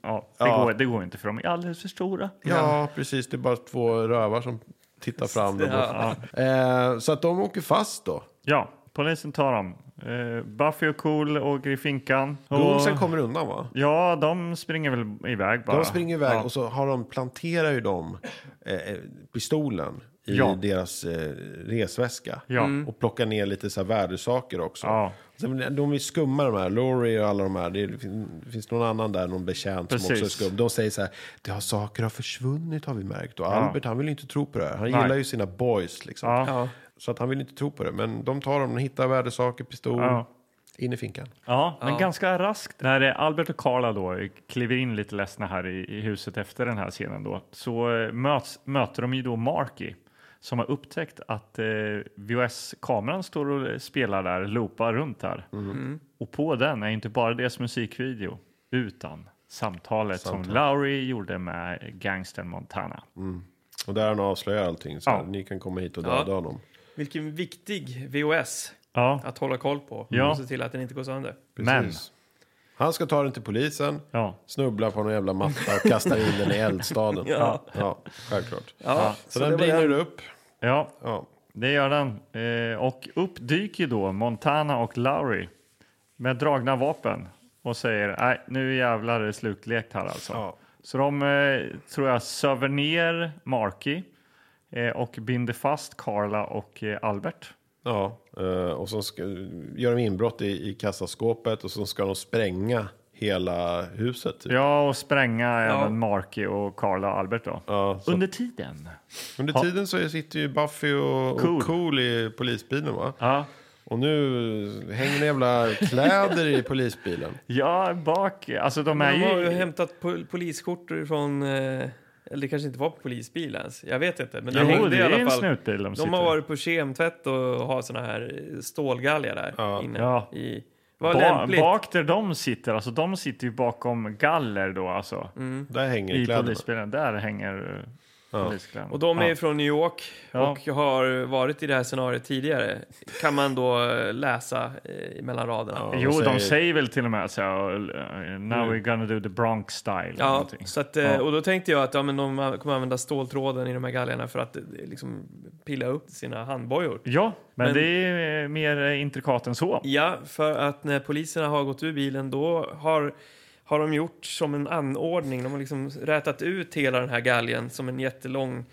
Speaker 1: Ja.
Speaker 3: Går, det går inte för de är alldeles för stora.
Speaker 1: Ja, precis, det är bara två rövar som tittar fram. Dem.
Speaker 2: Ja.
Speaker 1: Eh, så att de åker fast då.
Speaker 3: Ja, polisen tar dem. Eh, Buffy och Cool åker i finkan. Och,
Speaker 1: Gonsen kommer undan va?
Speaker 3: Ja, de springer väl iväg bara.
Speaker 1: De springer iväg
Speaker 3: Ja.
Speaker 1: och så har de, planterar ju de eh, eh, pistolen i
Speaker 3: Ja.
Speaker 1: deras eh, resväska.
Speaker 3: Ja. Mm.
Speaker 1: Och plockar ner lite så här värdesaker också.
Speaker 3: Ja.
Speaker 1: Sen, de är skumma de här, Laurie och alla de här. Det, fin- finns någon annan där, någon betjänt som också är
Speaker 3: Precis.
Speaker 1: skum. De säger så här, det har saker har försvunnit har vi märkt. Och Albert han vill ju inte tro på det här. Han
Speaker 3: Nej.
Speaker 1: gillar ju sina boys liksom.
Speaker 3: Ja.
Speaker 2: Ja.
Speaker 1: Så att han vill inte tro på det. Men de tar dem, de hittar värdesaker, pistol,
Speaker 3: Ja.
Speaker 1: in i finkan.
Speaker 3: Ja, men ganska raskt. När eh, Albert och Carla då kliver in lite ledsna här i, i huset efter den här scenen då, så eh, möts, möter de ju då Marky som har upptäckt att eh, VHS-kameran står och eh, spelar där, loopar runt här. Och på den är inte bara deras musikvideo, utan samtalet som Lowry gjorde med gangstern Montana.
Speaker 1: Och där han avslöjar allting. Så
Speaker 3: Ja.
Speaker 1: här, Ni kan komma hit och döda
Speaker 2: Ja.
Speaker 1: honom.
Speaker 2: Vilken viktig VOS
Speaker 3: Ja,
Speaker 2: att hålla koll på
Speaker 3: Ja.
Speaker 2: och se till att den inte går sönder.
Speaker 3: men...
Speaker 1: Han ska ta den till polisen,
Speaker 3: Ja.
Speaker 1: snubbla på någon jävla matta och kasta in den i eldstaden.
Speaker 2: Ja.
Speaker 1: självklart.
Speaker 2: Ja,
Speaker 1: Så, den brinner upp.
Speaker 3: Ja,
Speaker 1: Ja.
Speaker 3: Det gör den. Eh, och upp dyker då Montana och Lowry med dragna vapen och säger nej, nu jävlar är det slutlekt här alltså.
Speaker 1: Ja.
Speaker 3: Så de eh, tror jag söver ner Marky eh, och binder fast Carla och eh, Albert.
Speaker 1: Ja, eh, och så ska, gör de inbrott i, i kassaskåpet och så ska de spränga hela huset. Typ.
Speaker 3: Ja, och spränga
Speaker 2: Ja. Alltså.
Speaker 3: även Marky och Carla och Albert då.
Speaker 1: Ja, så,
Speaker 3: Under tiden.
Speaker 1: under tiden så sitter ju Buffy och cool,
Speaker 3: Cool.
Speaker 1: och cool i polisbilen va?
Speaker 3: Ja.
Speaker 1: Och nu hänger det jävla kläder i polisbilen.
Speaker 3: ja, bak. Alltså de är
Speaker 2: De har ju
Speaker 3: ju...
Speaker 2: hämtat pol poliskort från... Eh, eller det kanske inte var polisbil ens. Jag vet inte. Men det
Speaker 3: Jo,
Speaker 2: hängde
Speaker 3: det
Speaker 2: i
Speaker 3: är
Speaker 2: alla
Speaker 3: en
Speaker 2: fall.
Speaker 3: snutbil de
Speaker 2: De
Speaker 3: sitter
Speaker 2: har
Speaker 3: i.
Speaker 2: varit på kemtvätt och har såna här eh, stålgalgar där inne.
Speaker 3: Ja.
Speaker 2: I, vad
Speaker 3: Ba,
Speaker 2: lämpligt.
Speaker 3: bak där de sitter, alltså de sitter ju bakom galler då alltså.
Speaker 2: Mm.
Speaker 1: Där hänger
Speaker 3: I
Speaker 1: kläderna.
Speaker 3: polisbilen, där hänger ja. poliskläderna.
Speaker 2: Och de är
Speaker 3: ja.
Speaker 2: ju från New York
Speaker 3: Ja.
Speaker 2: och har varit i det här scenariot tidigare. Kan man då eh, läsa eh, mellan raderna. Ja,
Speaker 3: Jo,
Speaker 1: de säger-
Speaker 3: de säger väl till och med så här, "Uh, now
Speaker 2: Mm.
Speaker 3: we're gonna do the Bronx style. eller någonting.
Speaker 2: så att, eh,
Speaker 3: Ja.
Speaker 2: Och då tänkte jag att ja, men de kommer använda ståltråden i de här galgarna för att eh, liksom, pilla upp sina handbojor.
Speaker 3: Ja, men,
Speaker 2: Men-
Speaker 3: det är eh, mer eh, intrikat än så.
Speaker 2: Ja, för att när poliserna har gått ur bilen då har, har de gjort som en anordning. De har liksom rätat ut hela den här galgen som en jättelång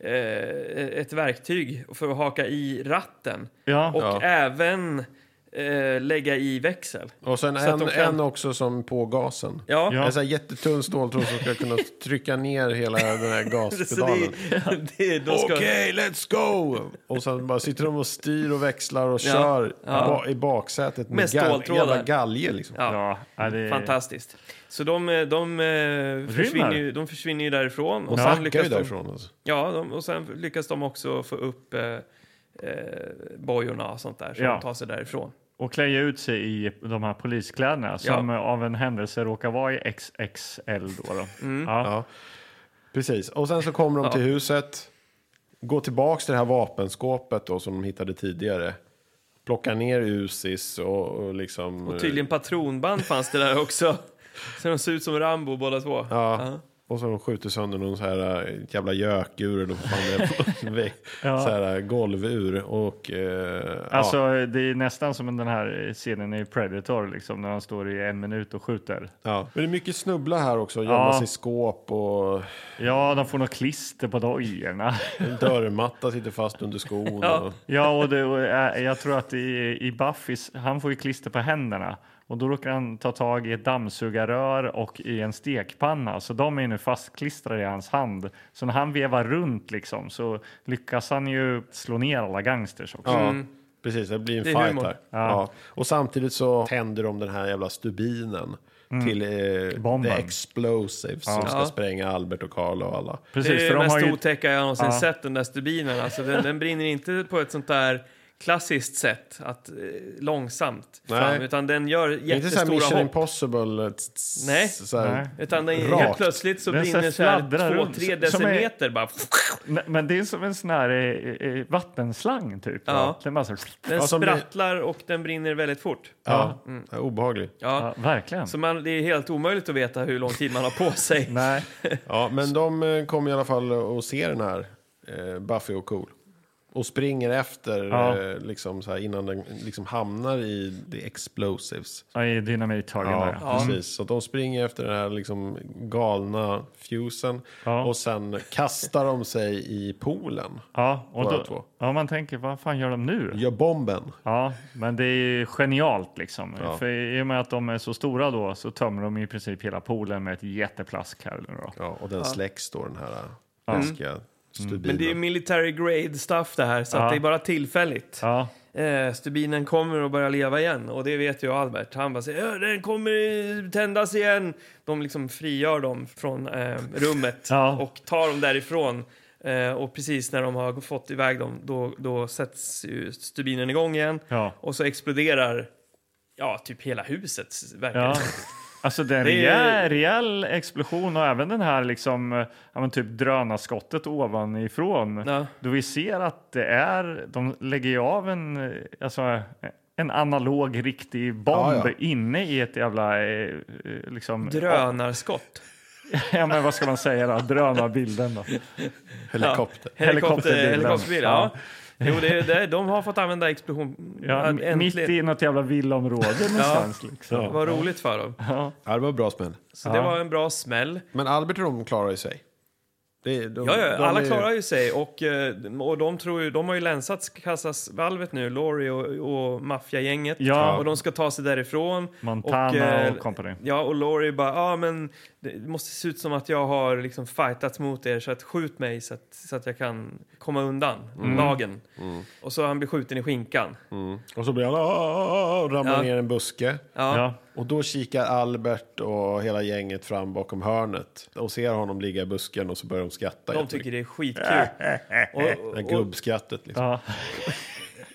Speaker 2: eh, ett verktyg för att haka i ratten
Speaker 3: Ja,
Speaker 2: och
Speaker 1: Ja.
Speaker 2: även eh, lägga i växel.
Speaker 1: Och sen
Speaker 2: Så att
Speaker 1: en,
Speaker 2: de kan-
Speaker 1: en också som på gasen.
Speaker 2: Ja,
Speaker 3: Ja.
Speaker 1: En sån här jättetunn ståltråd som ska kunna trycka ner hela den här
Speaker 2: så
Speaker 1: gaspedalen.
Speaker 2: det, det, då ska,
Speaker 1: Okej, let's go! Och sen bara sitter de och styr och växlar och kör ba- i baksätet med,
Speaker 2: Med
Speaker 1: gal-
Speaker 2: ståltrådar.
Speaker 1: jävla galge liksom.
Speaker 2: Ja.
Speaker 3: ja. ja det,
Speaker 2: Fantastiskt. Så de, eh, de, eh, försvinner, ju, de försvinner ju därifrån. Och, sen
Speaker 1: Backar ju
Speaker 2: lyckas de,
Speaker 1: därifrån alltså.
Speaker 2: ja, de, och sen lyckas de också få upp eh, eh, bojorna och sånt där så
Speaker 3: Ja.
Speaker 2: de tar sig därifrån.
Speaker 3: och klä ut sig i de här poliskläderna som eh, av en händelse råkar vara i XXL. Då, då.
Speaker 2: Mm.
Speaker 3: Ja.
Speaker 1: Ja. Precis, och sen så kommer de till huset, går tillbaks till det här vapenskåpet då som de hittade tidigare. Plockar ner Usis och, och liksom...
Speaker 2: Och tydligen patronband fanns det där också. Så de ser ut som Rambo båda två.
Speaker 1: Ja. Och så de skjuter sönder någon så här eh, jävla gökur eller vad fan det är. på en vägg. Så här eh, golvur och... Eh,
Speaker 3: Alltså,
Speaker 1: ja.
Speaker 3: det är nästan som den här eh, scenen i Predator, liksom, när han står i en minut och skjuter.
Speaker 1: Ja. Men det är mycket snubbla här också. Gömma
Speaker 3: Ja.
Speaker 1: sig i skåp och
Speaker 3: Ja, de får något klister på dojorna.
Speaker 1: en dörrmatta sitter fast under skon. Och,
Speaker 3: eh, Ja, och det, och, äh, jag tror att i, i Buffys, han får ju klister på händerna Och då råkar han ta tag i ett dammsugarrör och i en stekpanna. Så de är nu fastklistrade i hans hand. Så när han vevar runt liksom så lyckas han ju slå ner alla gangsters också.
Speaker 1: Ja, precis. Det blir en
Speaker 2: Mm. Det är
Speaker 1: fight
Speaker 2: humor.
Speaker 1: här. Ja. Och samtidigt så tänder de den här jävla stubinen till eh,
Speaker 3: Bomben.
Speaker 1: The Explosives som ska
Speaker 2: Mm. Ja.
Speaker 1: spränga Albert och Carl och alla.
Speaker 3: Precis,
Speaker 2: det är
Speaker 3: för
Speaker 2: det
Speaker 3: de
Speaker 2: mest
Speaker 3: har ju...
Speaker 2: otäcka jag någonsin sett, den där stubinen. Alltså, den, den brinner inte på ett sånt där klassiskt sätt, att, eh, långsamt
Speaker 1: Nej.
Speaker 2: fram, utan den gör
Speaker 1: Det är inte så här
Speaker 2: jättestora
Speaker 1: Mission
Speaker 2: hopp.
Speaker 1: Impossible. tss, tss,
Speaker 2: Nej.
Speaker 1: Så här.
Speaker 3: Nej.
Speaker 2: Utan den,
Speaker 1: Rakt.
Speaker 2: helt plötsligt så
Speaker 3: Den så här
Speaker 2: brinner så här
Speaker 3: fladdrar
Speaker 2: två,
Speaker 3: runt,
Speaker 2: tre
Speaker 3: som är-
Speaker 2: decimeter bara.
Speaker 3: Nej, Men det är som en sån här eh, eh, vattenslang typ.
Speaker 2: Ja.
Speaker 3: va? Den bara så...
Speaker 2: Den
Speaker 1: Ja, som det-
Speaker 2: sprattlar och den brinner väldigt fort.
Speaker 1: Ja. Ja, Obehaglig.
Speaker 2: Ja.
Speaker 3: Ja, verkligen.
Speaker 2: Så man, det är helt omöjligt att veta hur lång tid man har på sig.
Speaker 3: Nej.
Speaker 1: Ja, men de eh, kommer i alla fall och ser den här eh, Buffy och Cool. Och springer efter
Speaker 3: Ja.
Speaker 1: eh, liksom så här, innan den liksom hamnar i The Explosives.
Speaker 3: Ja, I dynamithögen där. ja.
Speaker 1: precis. Så de springer efter den här liksom galna fusen
Speaker 3: Ja.
Speaker 1: och sen kastar de sig i poolen.
Speaker 3: Ja, och
Speaker 1: Båda två.
Speaker 3: då, ja, man tänker vad fan gör de nu?
Speaker 1: Gör bomben.
Speaker 3: Ja, men det är ju genialt liksom.
Speaker 1: Ja.
Speaker 3: För i och med att de är så stora då så tömmer de i princip hela poolen med ett jätteplask här nu då.
Speaker 1: Ja, och den släcks då den här eh, läskiga
Speaker 3: Mm.
Speaker 1: stubinen.
Speaker 2: Men det är ju military grade stuff det här, så att
Speaker 3: Ja.
Speaker 2: det är bara tillfälligt.
Speaker 3: Ja,
Speaker 2: Eh, stubinen kommer och börjar leva igen och det vet ju Albert. Han bara säger "Ja, den kommer tändas igen. De liksom frigör dem från eh, rummet
Speaker 3: Ja.
Speaker 2: och tar dem därifrån. Eh, och precis när de har fått iväg dem då, då sätts ju stubinen igång igen
Speaker 3: Ja.
Speaker 2: och så exploderar ja, typ hela huset verkar
Speaker 3: ja.
Speaker 2: det som.
Speaker 3: Alltså det är en
Speaker 2: Det är ju-
Speaker 3: rejäl, rejäl explosion och även den här liksom, eh, ja, men typ drönarskottet ovanifrån.
Speaker 2: Ja.
Speaker 3: Då vi ser att det är, de lägger ju av en, eh, alltså, en analog riktig bomb
Speaker 1: Ja, ja.
Speaker 3: inne i ett jävla, eh, eh, liksom,
Speaker 2: Drönarskott.
Speaker 3: ja men vad ska man säga då, drönarbilden då.
Speaker 1: Helikopter.
Speaker 2: Helikopter,
Speaker 3: Helikopterbilen.
Speaker 2: helikopterbil, ja. Jo, det, det, de har fått använda explosion. Äh,
Speaker 3: Ja,
Speaker 2: äntligen.
Speaker 3: mitt i något jävla villaområde någonstans. Liksom.
Speaker 1: Ja.
Speaker 2: Vad roligt för dem.
Speaker 1: Ja, det var bra smäll.
Speaker 2: Så det var en bra smäll.
Speaker 1: Men Albert och de klarar ju sig. Det är- de-
Speaker 2: Ja, ja,
Speaker 1: de
Speaker 2: alla
Speaker 1: är ju-
Speaker 2: klarar ju sig och, eh, och de, tror ju, de har ju länsat kassasvalvet nu, Laurie och, och maffiagänget.
Speaker 3: Ja.
Speaker 2: Och de ska ta sig därifrån.
Speaker 3: Montana
Speaker 2: eh,
Speaker 3: och company.
Speaker 2: Ja, och Laurie bara, ja ah, men det måste se ut som att jag har liksom fightats mot er så att skjut mig så att, så att jag kan komma undan lagen. Och så han blir skjuten i skinkan.
Speaker 1: Och så blir han "Ah, "Aah!" och ramlar
Speaker 2: Ja.
Speaker 1: ner i en buske.
Speaker 2: Ja.
Speaker 3: Ja.
Speaker 1: Och då kikar Albert och hela gänget fram bakom hörnet och ser honom ligga i busken och så börjar de skratta.
Speaker 2: De tycker det är skitkul. Och,
Speaker 1: det är
Speaker 2: och,
Speaker 1: gubbskrattet liksom.
Speaker 3: Ja.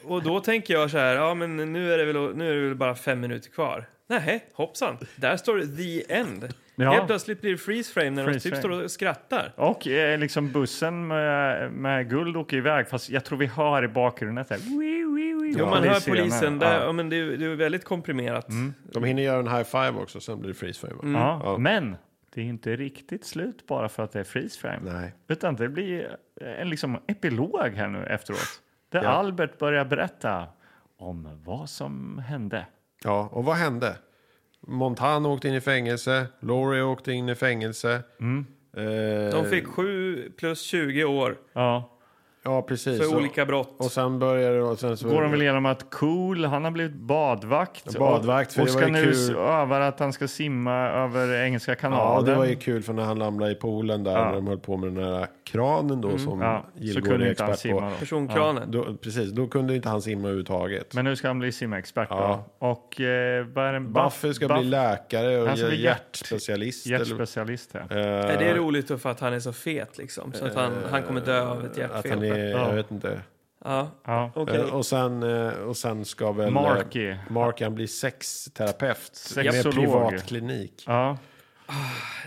Speaker 2: och då tänker jag så här, ja men nu är det väl, nu är det väl bara fem minuter kvar. Nej, hoppsan, där står det the end.
Speaker 3: Ja.
Speaker 2: Helt plötsligt blir det freeze frame när
Speaker 3: Freeze
Speaker 2: de typ
Speaker 3: frame.
Speaker 2: står och skrattar.
Speaker 3: Och eh, liksom bussen med, med guld åker iväg, fast jag tror vi hör i bakgrunden att det är wii, wii, wii.
Speaker 2: Jo, man
Speaker 3: Det är
Speaker 2: hör
Speaker 3: scenen.
Speaker 2: polisen, där, ja.
Speaker 3: Ja. Mm.
Speaker 2: men det, är- det är väldigt komprimerat.
Speaker 1: De hinner göra en high five också, sen blir det freeze frame. va?
Speaker 2: Mm.
Speaker 3: Ja. Men det är inte riktigt slut bara för att det är freeze frame.
Speaker 1: Nej.
Speaker 3: Utan det blir en liksom epilog här nu efteråt. Där Albert börjar berätta om vad som hände.
Speaker 1: Ja, och vad hände? Montana åkte in i fängelse, Laurie åkte in i fängelse.
Speaker 3: Mm.
Speaker 1: Eh,
Speaker 2: De fick 7 plus 20 år
Speaker 3: Ja.
Speaker 1: ja, precis.
Speaker 2: för
Speaker 3: Alltså,
Speaker 1: Och-
Speaker 2: olika brott.
Speaker 1: Och sen börjar det... Och sen så,
Speaker 3: går de väl igenom att Cool, han har blivit badvakt.
Speaker 1: Badvakt, för
Speaker 3: och, och
Speaker 1: det
Speaker 3: ska
Speaker 1: var ju
Speaker 3: nu
Speaker 1: kul.
Speaker 3: s- öva att han ska simma över Engelska kanalen.
Speaker 1: Ja, det var ju kul för när han ramlade i poolen där, när de höll på med den där kranen då som
Speaker 3: Mm. Ja, så
Speaker 1: Gillgård
Speaker 3: kunde
Speaker 1: är
Speaker 3: inte han
Speaker 1: expert
Speaker 3: simma
Speaker 1: på.
Speaker 3: då.
Speaker 2: Personkranen.
Speaker 1: Då, precis, då kunde inte han simma överhuvudtaget.
Speaker 3: Men nu ska han bli simexpert
Speaker 1: Ja.
Speaker 3: då. Och eh, vad är det? Buff-
Speaker 1: Buffy ska
Speaker 3: Buff-
Speaker 1: bli läkare och
Speaker 3: Han ska bli hjärt-
Speaker 1: hjärtspecialist. eller-
Speaker 3: Hjärtspecialist, ja.
Speaker 2: Nej, det är roligt för att han är så fet liksom. Så att han, han kommer dö av ett
Speaker 1: Eh, Att han
Speaker 2: hjärtfel.
Speaker 1: är, jag
Speaker 3: Ja.
Speaker 1: vet inte.
Speaker 2: Ja,
Speaker 3: ja.
Speaker 2: okej.
Speaker 1: Eh, Och, sen, eh, och sen ska väl... eh,
Speaker 3: Marky.
Speaker 1: Marky, han blir sexterapeut. Med
Speaker 3: Sexolog.
Speaker 1: privatklinik.
Speaker 3: Ja.
Speaker 2: Ah,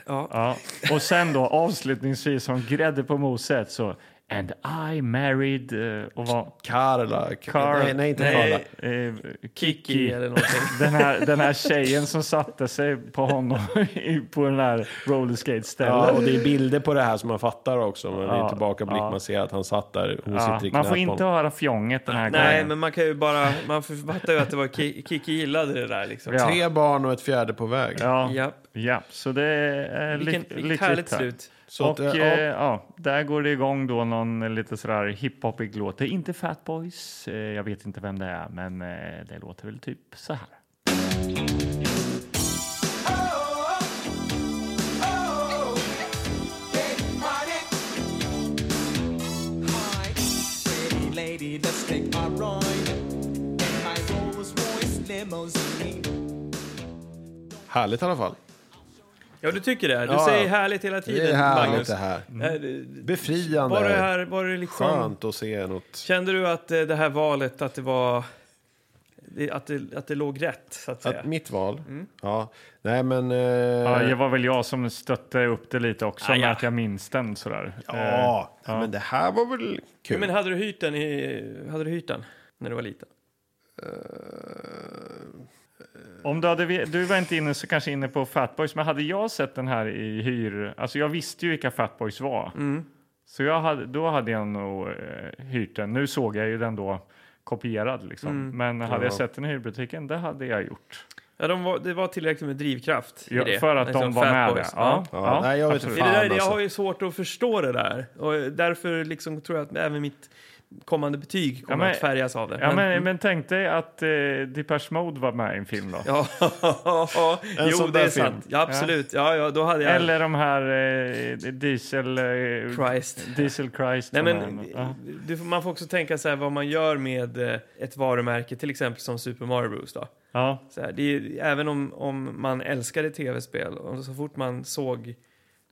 Speaker 2: Ja.
Speaker 3: Ja. Och sen då avslutningsvis som grädde på moset så And I married eh, och var,
Speaker 1: Carla.
Speaker 3: Carl-
Speaker 1: Nej, nej, inte
Speaker 2: Nej.
Speaker 1: Carla.
Speaker 3: eh,
Speaker 2: Kiki eller någonting.
Speaker 3: den här, den här tjejen som satte sig på honom i- på den här rollerskate-stället.
Speaker 1: Ja, och det är bilder på det här som man fattar också. Men det är
Speaker 3: Ja,
Speaker 1: tillbakablick.
Speaker 3: ja.
Speaker 1: Man ser att han satt där. Hon
Speaker 3: Ja,
Speaker 1: sitter i
Speaker 3: man
Speaker 1: knät
Speaker 3: får
Speaker 1: på
Speaker 3: inte
Speaker 1: honom.
Speaker 3: höra fjonget den här
Speaker 2: Nej,
Speaker 3: gången.
Speaker 2: men man kan ju bara... Man fattar ju att det var Ki- Kiki gillade det där liksom.
Speaker 3: Ja.
Speaker 1: Tre barn och ett fjärde på väg.
Speaker 3: Ja, ja.
Speaker 2: Japp.
Speaker 3: så det är
Speaker 2: Vilken,
Speaker 3: lyck-
Speaker 2: vilket
Speaker 3: lyckligt
Speaker 2: härligt
Speaker 3: här.
Speaker 2: slut.
Speaker 1: Så
Speaker 3: och
Speaker 1: att, eh,
Speaker 3: eh,
Speaker 1: ja.
Speaker 3: ja, där går det igång då någon lite sådär hiphopig låt. Det är inte Fat Boys, eh, jag vet inte vem det är, men eh, det låter väl typ så här.
Speaker 1: Härligt i alla fall.
Speaker 2: Ja, du tycker det. Du
Speaker 1: Ja,
Speaker 2: säger
Speaker 1: ja.
Speaker 2: härligt hela tiden,
Speaker 1: Det är härligt
Speaker 2: Magnus.
Speaker 1: det här.
Speaker 2: Eh, det-
Speaker 1: Mm. Befriande.
Speaker 2: Var det här, var det liksom...
Speaker 1: Skönt att se något.
Speaker 2: Kände du att eh, det här valet, att det var... det- Att det, att det låg rätt, så att säga?
Speaker 1: Att mitt val? Ja. Nej, men... eh,
Speaker 3: Ja, det var väl jag som stötte upp det lite också,
Speaker 2: Ah, ja.
Speaker 3: med att jag minns den sådär. Eh,
Speaker 1: ja, men det här var väl kul?
Speaker 2: Men hade du hyrt den, i, hade du hyrt den när du var liten?
Speaker 3: Om du, hade, ve- du var inte inne så kanske inne på Fatboys, men hade jag sett den här i hyr... Alltså jag visste ju vilka Fatboys var. Så jag hade, då hade jag nog eh, hyrt den. Nu såg jag ju den då kopierad liksom. Men hade jag sett den i hyrbutiken, det hade jag gjort.
Speaker 2: Ja, de var, det var tillräckligt med drivkraft i
Speaker 3: Ja,
Speaker 2: det.
Speaker 3: för att
Speaker 2: Liksom
Speaker 3: de var med
Speaker 2: Fatboys.
Speaker 3: där. Ja,
Speaker 1: Ja, nej, jag vet inte
Speaker 2: Det
Speaker 3: absolut.
Speaker 2: är det där,
Speaker 1: Fan,
Speaker 2: Jag
Speaker 1: alltså.
Speaker 2: har ju svårt att förstå det där. Och därför liksom tror jag att även mitt kommande betyg kommer
Speaker 3: Ja, men-
Speaker 2: att färgas av det.
Speaker 3: Ja, men, men tänk dig att eh, Depeche Mode var med i en film då.
Speaker 2: Ja, jo,
Speaker 1: sån
Speaker 2: det
Speaker 1: där
Speaker 2: är
Speaker 1: film.
Speaker 2: sant. Ja, absolut. Ja, ja, då hade jag...
Speaker 3: Eller de här eh, Diesel... Eh,
Speaker 2: Christ.
Speaker 3: Diesel Christ.
Speaker 2: Nej,
Speaker 3: de
Speaker 2: men,
Speaker 3: här. Ja.
Speaker 2: du, får- man får också tänka så här vad man gör med eh, ett varumärke, till exempel som Super Mario Bros. Då.
Speaker 3: ja.
Speaker 2: Så här, det är, även om, om man älskade tv-spel, och så fort man såg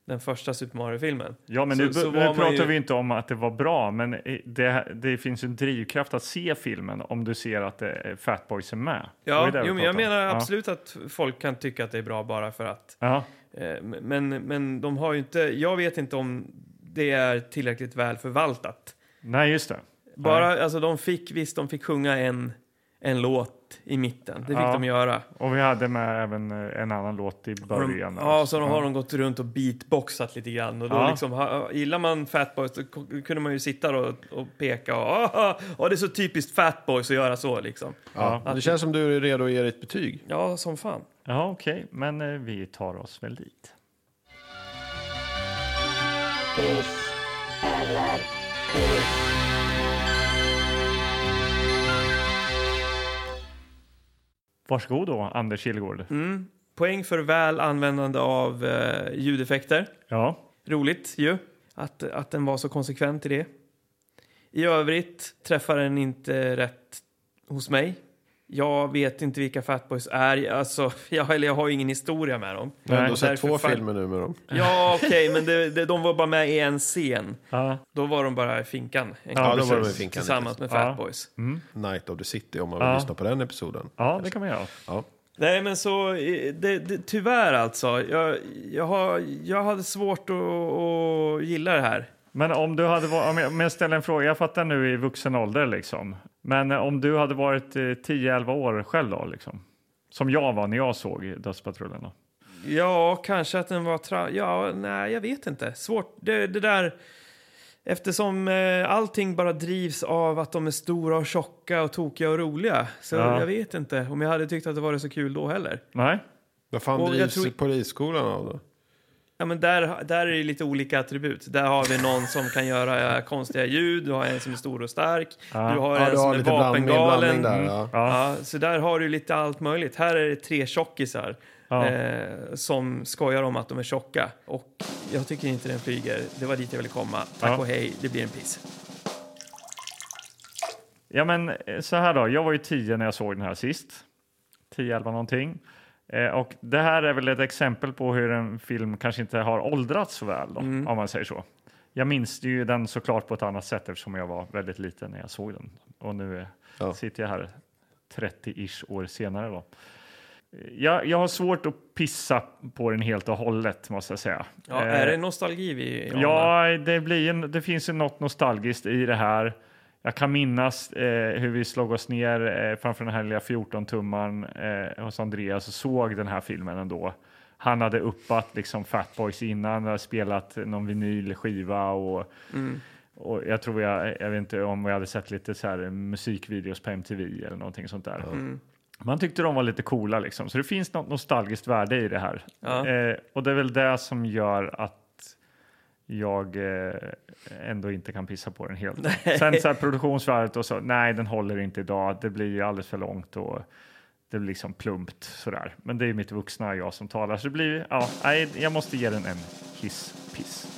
Speaker 2: den första Super Mario-filmen
Speaker 3: Ja, men
Speaker 2: så,
Speaker 3: nu,
Speaker 2: så
Speaker 3: nu
Speaker 2: var man
Speaker 3: pratar
Speaker 2: ju-
Speaker 3: vi inte om att det var bra, men eh, det, det finns ju en drivkraft att se filmen om du ser att eh, Fatboys är med. Det var
Speaker 2: Ja,
Speaker 3: ju det vi
Speaker 2: jo, men jag
Speaker 3: pratade om.
Speaker 2: menar
Speaker 3: Ja.
Speaker 2: absolut att folk kan tycka att det är bra bara för att.
Speaker 3: Ja.
Speaker 2: Eh, Men, men de har ju inte, jag vet inte om det är tillräckligt väl förvaltat.
Speaker 3: Nej, just det.
Speaker 2: Bara, alltså de fick, visst de fick sjunga en, en låt i mitten, det fick
Speaker 3: Ja.
Speaker 2: de göra.
Speaker 3: Och vi hade med även eh, en annan låt i
Speaker 2: Har de-
Speaker 3: början.
Speaker 2: Ja, så de har de gått runt och beatboxat lite grann. Och då
Speaker 3: alltså. Ja.
Speaker 2: liksom, ha- gillar man Fatboys då k- kunde man ju sitta där och, och peka och "Ah, ah, ah, det är så typiskt Fatboys att göra så liksom.
Speaker 1: Ja. Det känns som du är redo att ge ditt betyg.
Speaker 2: Ja, som fan.
Speaker 3: Ja, okej, men eh, vi tar oss väl dit. Varsågod då, Anders Kilgård.
Speaker 2: Mm. Poäng för väl användande av eh, ljudeffekter.
Speaker 3: Ja.
Speaker 2: Roligt ju, att, att den var så konsekvent i det. I övrigt träffar den inte rätt hos mig. Jag vet inte vilka Fatboys är, alltså, jag, eller jag har ju ingen historia med dem.
Speaker 1: Jag har ändå sett
Speaker 2: därför
Speaker 1: två
Speaker 2: fan-
Speaker 1: filmer nu med dem.
Speaker 2: Ja, okej, men det, det, de var bara med i en scen.
Speaker 3: Ja.
Speaker 2: Då var de bara i finkan en
Speaker 1: Ja,
Speaker 2: gång
Speaker 1: då var de i
Speaker 3: precis.
Speaker 1: finkan.
Speaker 2: tillsammans med
Speaker 3: Ja. Mm.
Speaker 2: Fatboys.
Speaker 1: Night of the City om man vill
Speaker 3: Ja.
Speaker 1: lyssna på den episoden.
Speaker 3: ja, det kan man göra.
Speaker 1: Ja.
Speaker 2: Nej, men så eh, det, det, tyvärr alltså. Jag, jag, har, jag hade svårt att, att gilla det här.
Speaker 3: Men om du hade varit, om jag, om jag ställer en fråga, jag fattar nu i vuxen ålder liksom. Men eh, om du hade varit eh, 10-11 år själv då liksom? Som jag var när jag såg Dödspatrullen då?
Speaker 2: Ja, kanske att den var... Tra- ja, nej, jag vet inte. Svårt. Det, det där... Eftersom eh, allting bara drivs av att de är stora och tjocka och tokiga och roliga. Så
Speaker 3: Ja.
Speaker 2: jag vet inte om jag hade tyckt att det var så kul då heller.
Speaker 3: Nej?
Speaker 1: Vad fan
Speaker 2: Och jag
Speaker 1: drivs
Speaker 2: tror-
Speaker 1: polisskolan av då?
Speaker 2: Ja, men där, där är det lite olika attribut. Där har vi någon som kan göra eh, konstiga ljud, du har en som är stor och stark, du har
Speaker 1: Ja,
Speaker 2: en
Speaker 1: du
Speaker 2: som
Speaker 1: har
Speaker 2: är
Speaker 1: lite blandning,
Speaker 2: vapengalen. Mm.
Speaker 1: blandning där. Ja.
Speaker 2: Ja, så där har du lite allt möjligt. Här är det tre tjockisar
Speaker 3: Ja.
Speaker 2: eh, som skojar om att de är tjocka. Och jag tycker inte den flyger. Det var dit jag ville komma. Tack
Speaker 3: Ja.
Speaker 2: och hej, det blir en piss.
Speaker 3: Ja, men eh, så här då. Jag var ju 10 när jag såg den här sist. 10-11 någonting. Eh, och det här är väl ett exempel på hur en film kanske inte har åldrats så väl, då, om man säger så. Jag minns ju den såklart på ett annat sätt eftersom jag var väldigt liten när jag såg den. Och nu eh,
Speaker 1: Ja.
Speaker 3: sitter jag här 30-ish år senare då. Eh, Jag, jag har svårt att pissa på den helt och hållet måste jag säga.
Speaker 2: Ja,
Speaker 3: Eh,
Speaker 2: Är det nostalgi vi anar?
Speaker 3: Ja, det, blir en, det finns ju något nostalgiskt i det här. Jag kan minnas eh, hur vi slog oss ner eh, framför den här lilla 14-tummaren eh, hos Andreas och såg den här filmen ändå. Han hade uppat liksom Fatboys innan, hade spelat någon vinylskiva och, och jag tror jag, jag vet inte om vi hade sett lite så här musikvideos på MTV eller någonting sånt där. Man tyckte de var lite coola liksom, så det finns något nostalgiskt värde i det här.
Speaker 2: Ja.
Speaker 3: Eh, och det är väl det som gör att jag eh, ändå inte kan pissa på den helt. Sen så här produktionsvärdet och så, nej den håller inte idag, det blir ju alldeles för långt och Det blir liksom plumpt sådär. Men det är ju mitt vuxna jag som talar så det blir, ja, nej, jag måste ge den en hiss-piss.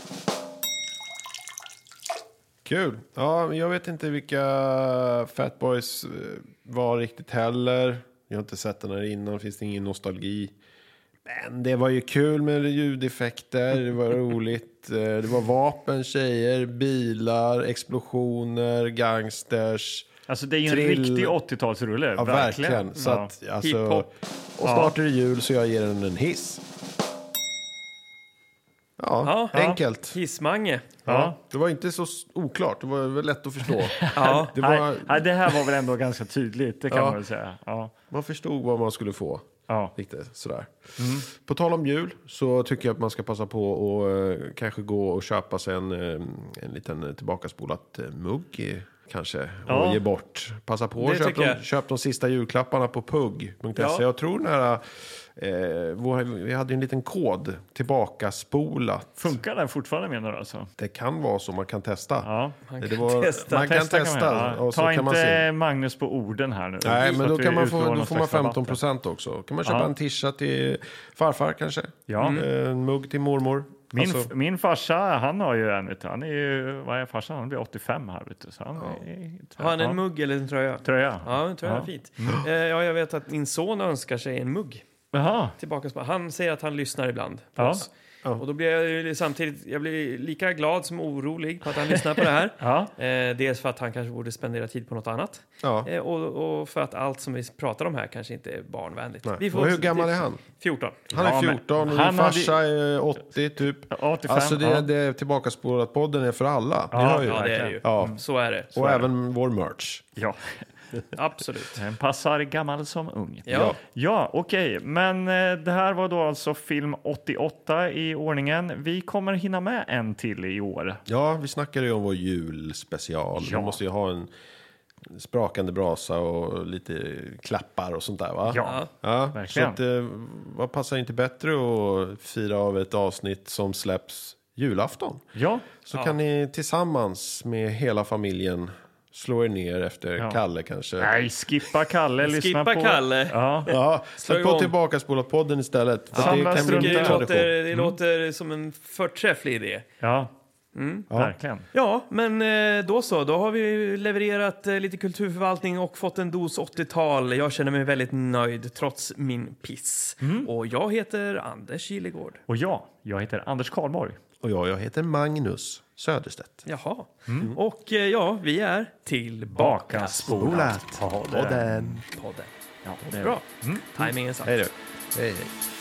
Speaker 1: Kul. Ja, men jag vet inte vilka Fat Boys eh, var riktigt heller. Jag har inte sett den här innan, finns det ingen nostalgi. Men det var ju kul med ljudeffekter, det var roligt. Eh, Det var vapen, tjejer, bilar, explosioner, gangsters.
Speaker 3: Alltså det är ju en
Speaker 1: Trill-
Speaker 3: riktig 80-talsrulle.
Speaker 1: Ja, verkligen. Så
Speaker 3: Ja.
Speaker 1: att, alltså,
Speaker 2: Hiphop.
Speaker 1: och snart är det jul så jag ger den en hiss. Ja,
Speaker 2: Ja.
Speaker 1: enkelt.
Speaker 2: Hissmange.
Speaker 3: Ja.
Speaker 1: Det var inte så s- oklart, det var väl lätt att förstå.
Speaker 2: Ja.
Speaker 1: Det
Speaker 3: Nej,
Speaker 1: var,
Speaker 3: nej, det här var väl ändå ganska tydligt, det kan
Speaker 1: Ja.
Speaker 3: man väl säga. Ja.
Speaker 1: man förstod vad man skulle få.
Speaker 3: Ja.
Speaker 1: Lite sådär. På tal om jul så tycker jag att man ska passa på och eh, kanske gå och köpa sig en, eh, en liten eh, tillbakaspolat eh, mugg eh, kanske och
Speaker 3: Ja.
Speaker 1: ge bort. Passa på
Speaker 2: Det
Speaker 1: och köp
Speaker 2: tycker
Speaker 1: de,
Speaker 2: jag.
Speaker 1: köp de sista julklapparna på pugg.se.
Speaker 2: Ja.
Speaker 1: Jag tror den här, eh, vår, vi hade ju en liten kod, tillbakaspolat.
Speaker 3: Funkar den fortfarande menar du alltså?
Speaker 1: Det kan vara så, man kan testa.
Speaker 3: Ja.
Speaker 1: Man
Speaker 2: kan testa.
Speaker 1: Man kan testa,
Speaker 3: göra.
Speaker 1: och så
Speaker 3: Ta
Speaker 1: kan man se.
Speaker 3: inte Magnus på orden här nu.
Speaker 1: Nej,
Speaker 3: Så
Speaker 1: men
Speaker 3: att
Speaker 1: då,
Speaker 3: du
Speaker 1: kan man
Speaker 3: utlovar
Speaker 1: få, då
Speaker 3: någon
Speaker 1: får man
Speaker 3: slags rabatt.
Speaker 1: 15 procent också. kan man köpa
Speaker 3: Ja.
Speaker 1: en tisha till farfar kanske.
Speaker 3: Ja.
Speaker 1: Eh, En mugg till mormor.
Speaker 3: Min,
Speaker 1: Alltså,
Speaker 3: min farsa, han har ju en, vet du. han är ju, vad är farsan, han blir 85 här vet du. Så han är,
Speaker 2: Har han en mugg eller en tröja?
Speaker 3: Tröja?
Speaker 2: Ja, en tröja är
Speaker 3: Ja.
Speaker 2: fint. Eh, Ja, jag vet att min son önskar sig en mugg.
Speaker 3: Jaha,
Speaker 2: Tillbaka. på- Han säger att han lyssnar ibland på
Speaker 3: Ja.
Speaker 2: oss. Och då blir jag ju samtidigt jag blir lika glad som orolig på att han lyssnar på det här.
Speaker 3: ja.
Speaker 2: Eh, dels för att han kanske borde spendera tid på något annat.
Speaker 1: ja.
Speaker 2: Eh, och, och för att allt som vi pratar om här kanske inte är barnvänligt.
Speaker 1: Nej. Och hur gammal är han?
Speaker 2: 14.
Speaker 1: Han
Speaker 3: Ja,
Speaker 1: är
Speaker 3: men
Speaker 1: 14 och
Speaker 3: han
Speaker 1: min farsa är 80 typ.
Speaker 3: 85,
Speaker 1: alltså det,
Speaker 3: ja.
Speaker 1: det är Tillbakaspolat-podden är för alla. Ja, hör ju.
Speaker 2: Ja, det är det ju.
Speaker 1: Ja.
Speaker 2: Så är det.
Speaker 1: Och även vår merch.
Speaker 3: ja.
Speaker 2: Absolut.
Speaker 3: Den passar gammal som ung.
Speaker 2: Ja. Ja.
Speaker 3: Ja, okej. Men eh, det här var då alltså film 88 i ordningen. Vi kommer hinna med en till i år.
Speaker 1: Ja, vi snackade ju om vår julspecial.
Speaker 3: Ja.
Speaker 1: Man måste ju ha en sprakande brasa och lite klappar och sånt där va?
Speaker 3: Ja.
Speaker 1: Ja,
Speaker 3: Verkligen.
Speaker 1: Så att, eh, vad passar inte bättre att fira av ett avsnitt som släpps julafton?
Speaker 3: Ja,
Speaker 1: Så kan ni tillsammans med hela familjen slå er ner efter Kalle kanske.
Speaker 3: nej, skippa Kalle. lyssna
Speaker 2: Skippa
Speaker 3: på...
Speaker 2: Kalle.
Speaker 3: Ja,
Speaker 1: Ja,
Speaker 2: Slå
Speaker 1: sätt på
Speaker 2: igång.
Speaker 1: tillbaka spola podden istället. för
Speaker 3: Samla
Speaker 1: det kan
Speaker 3: strunt
Speaker 1: bli
Speaker 2: Det,
Speaker 1: en
Speaker 3: i
Speaker 1: tradition.
Speaker 2: låter, det låter som en förträfflig idé.
Speaker 3: ja.
Speaker 2: Mm.
Speaker 3: verkligen.
Speaker 2: Ja, men eh, då så. Då har vi levererat eh, lite kulturförvaltning och fått en dos 80-tal. Jag känner mig väldigt nöjd trots min piss.
Speaker 3: Mm.
Speaker 2: Och jag heter Anders Gillegård.
Speaker 3: Och ja, jag heter Anders Karlborg.
Speaker 1: Och jag, jag heter Magnus Söderstedt.
Speaker 2: Jaha.
Speaker 3: Mm.
Speaker 2: Och eh, ja, vi är tillbaka.
Speaker 3: Bakaspolat.
Speaker 1: Podden.
Speaker 2: Podden.
Speaker 3: Ja, det är Mm.
Speaker 2: Bra. Timingen satt.
Speaker 1: Hej då. Hej, hej.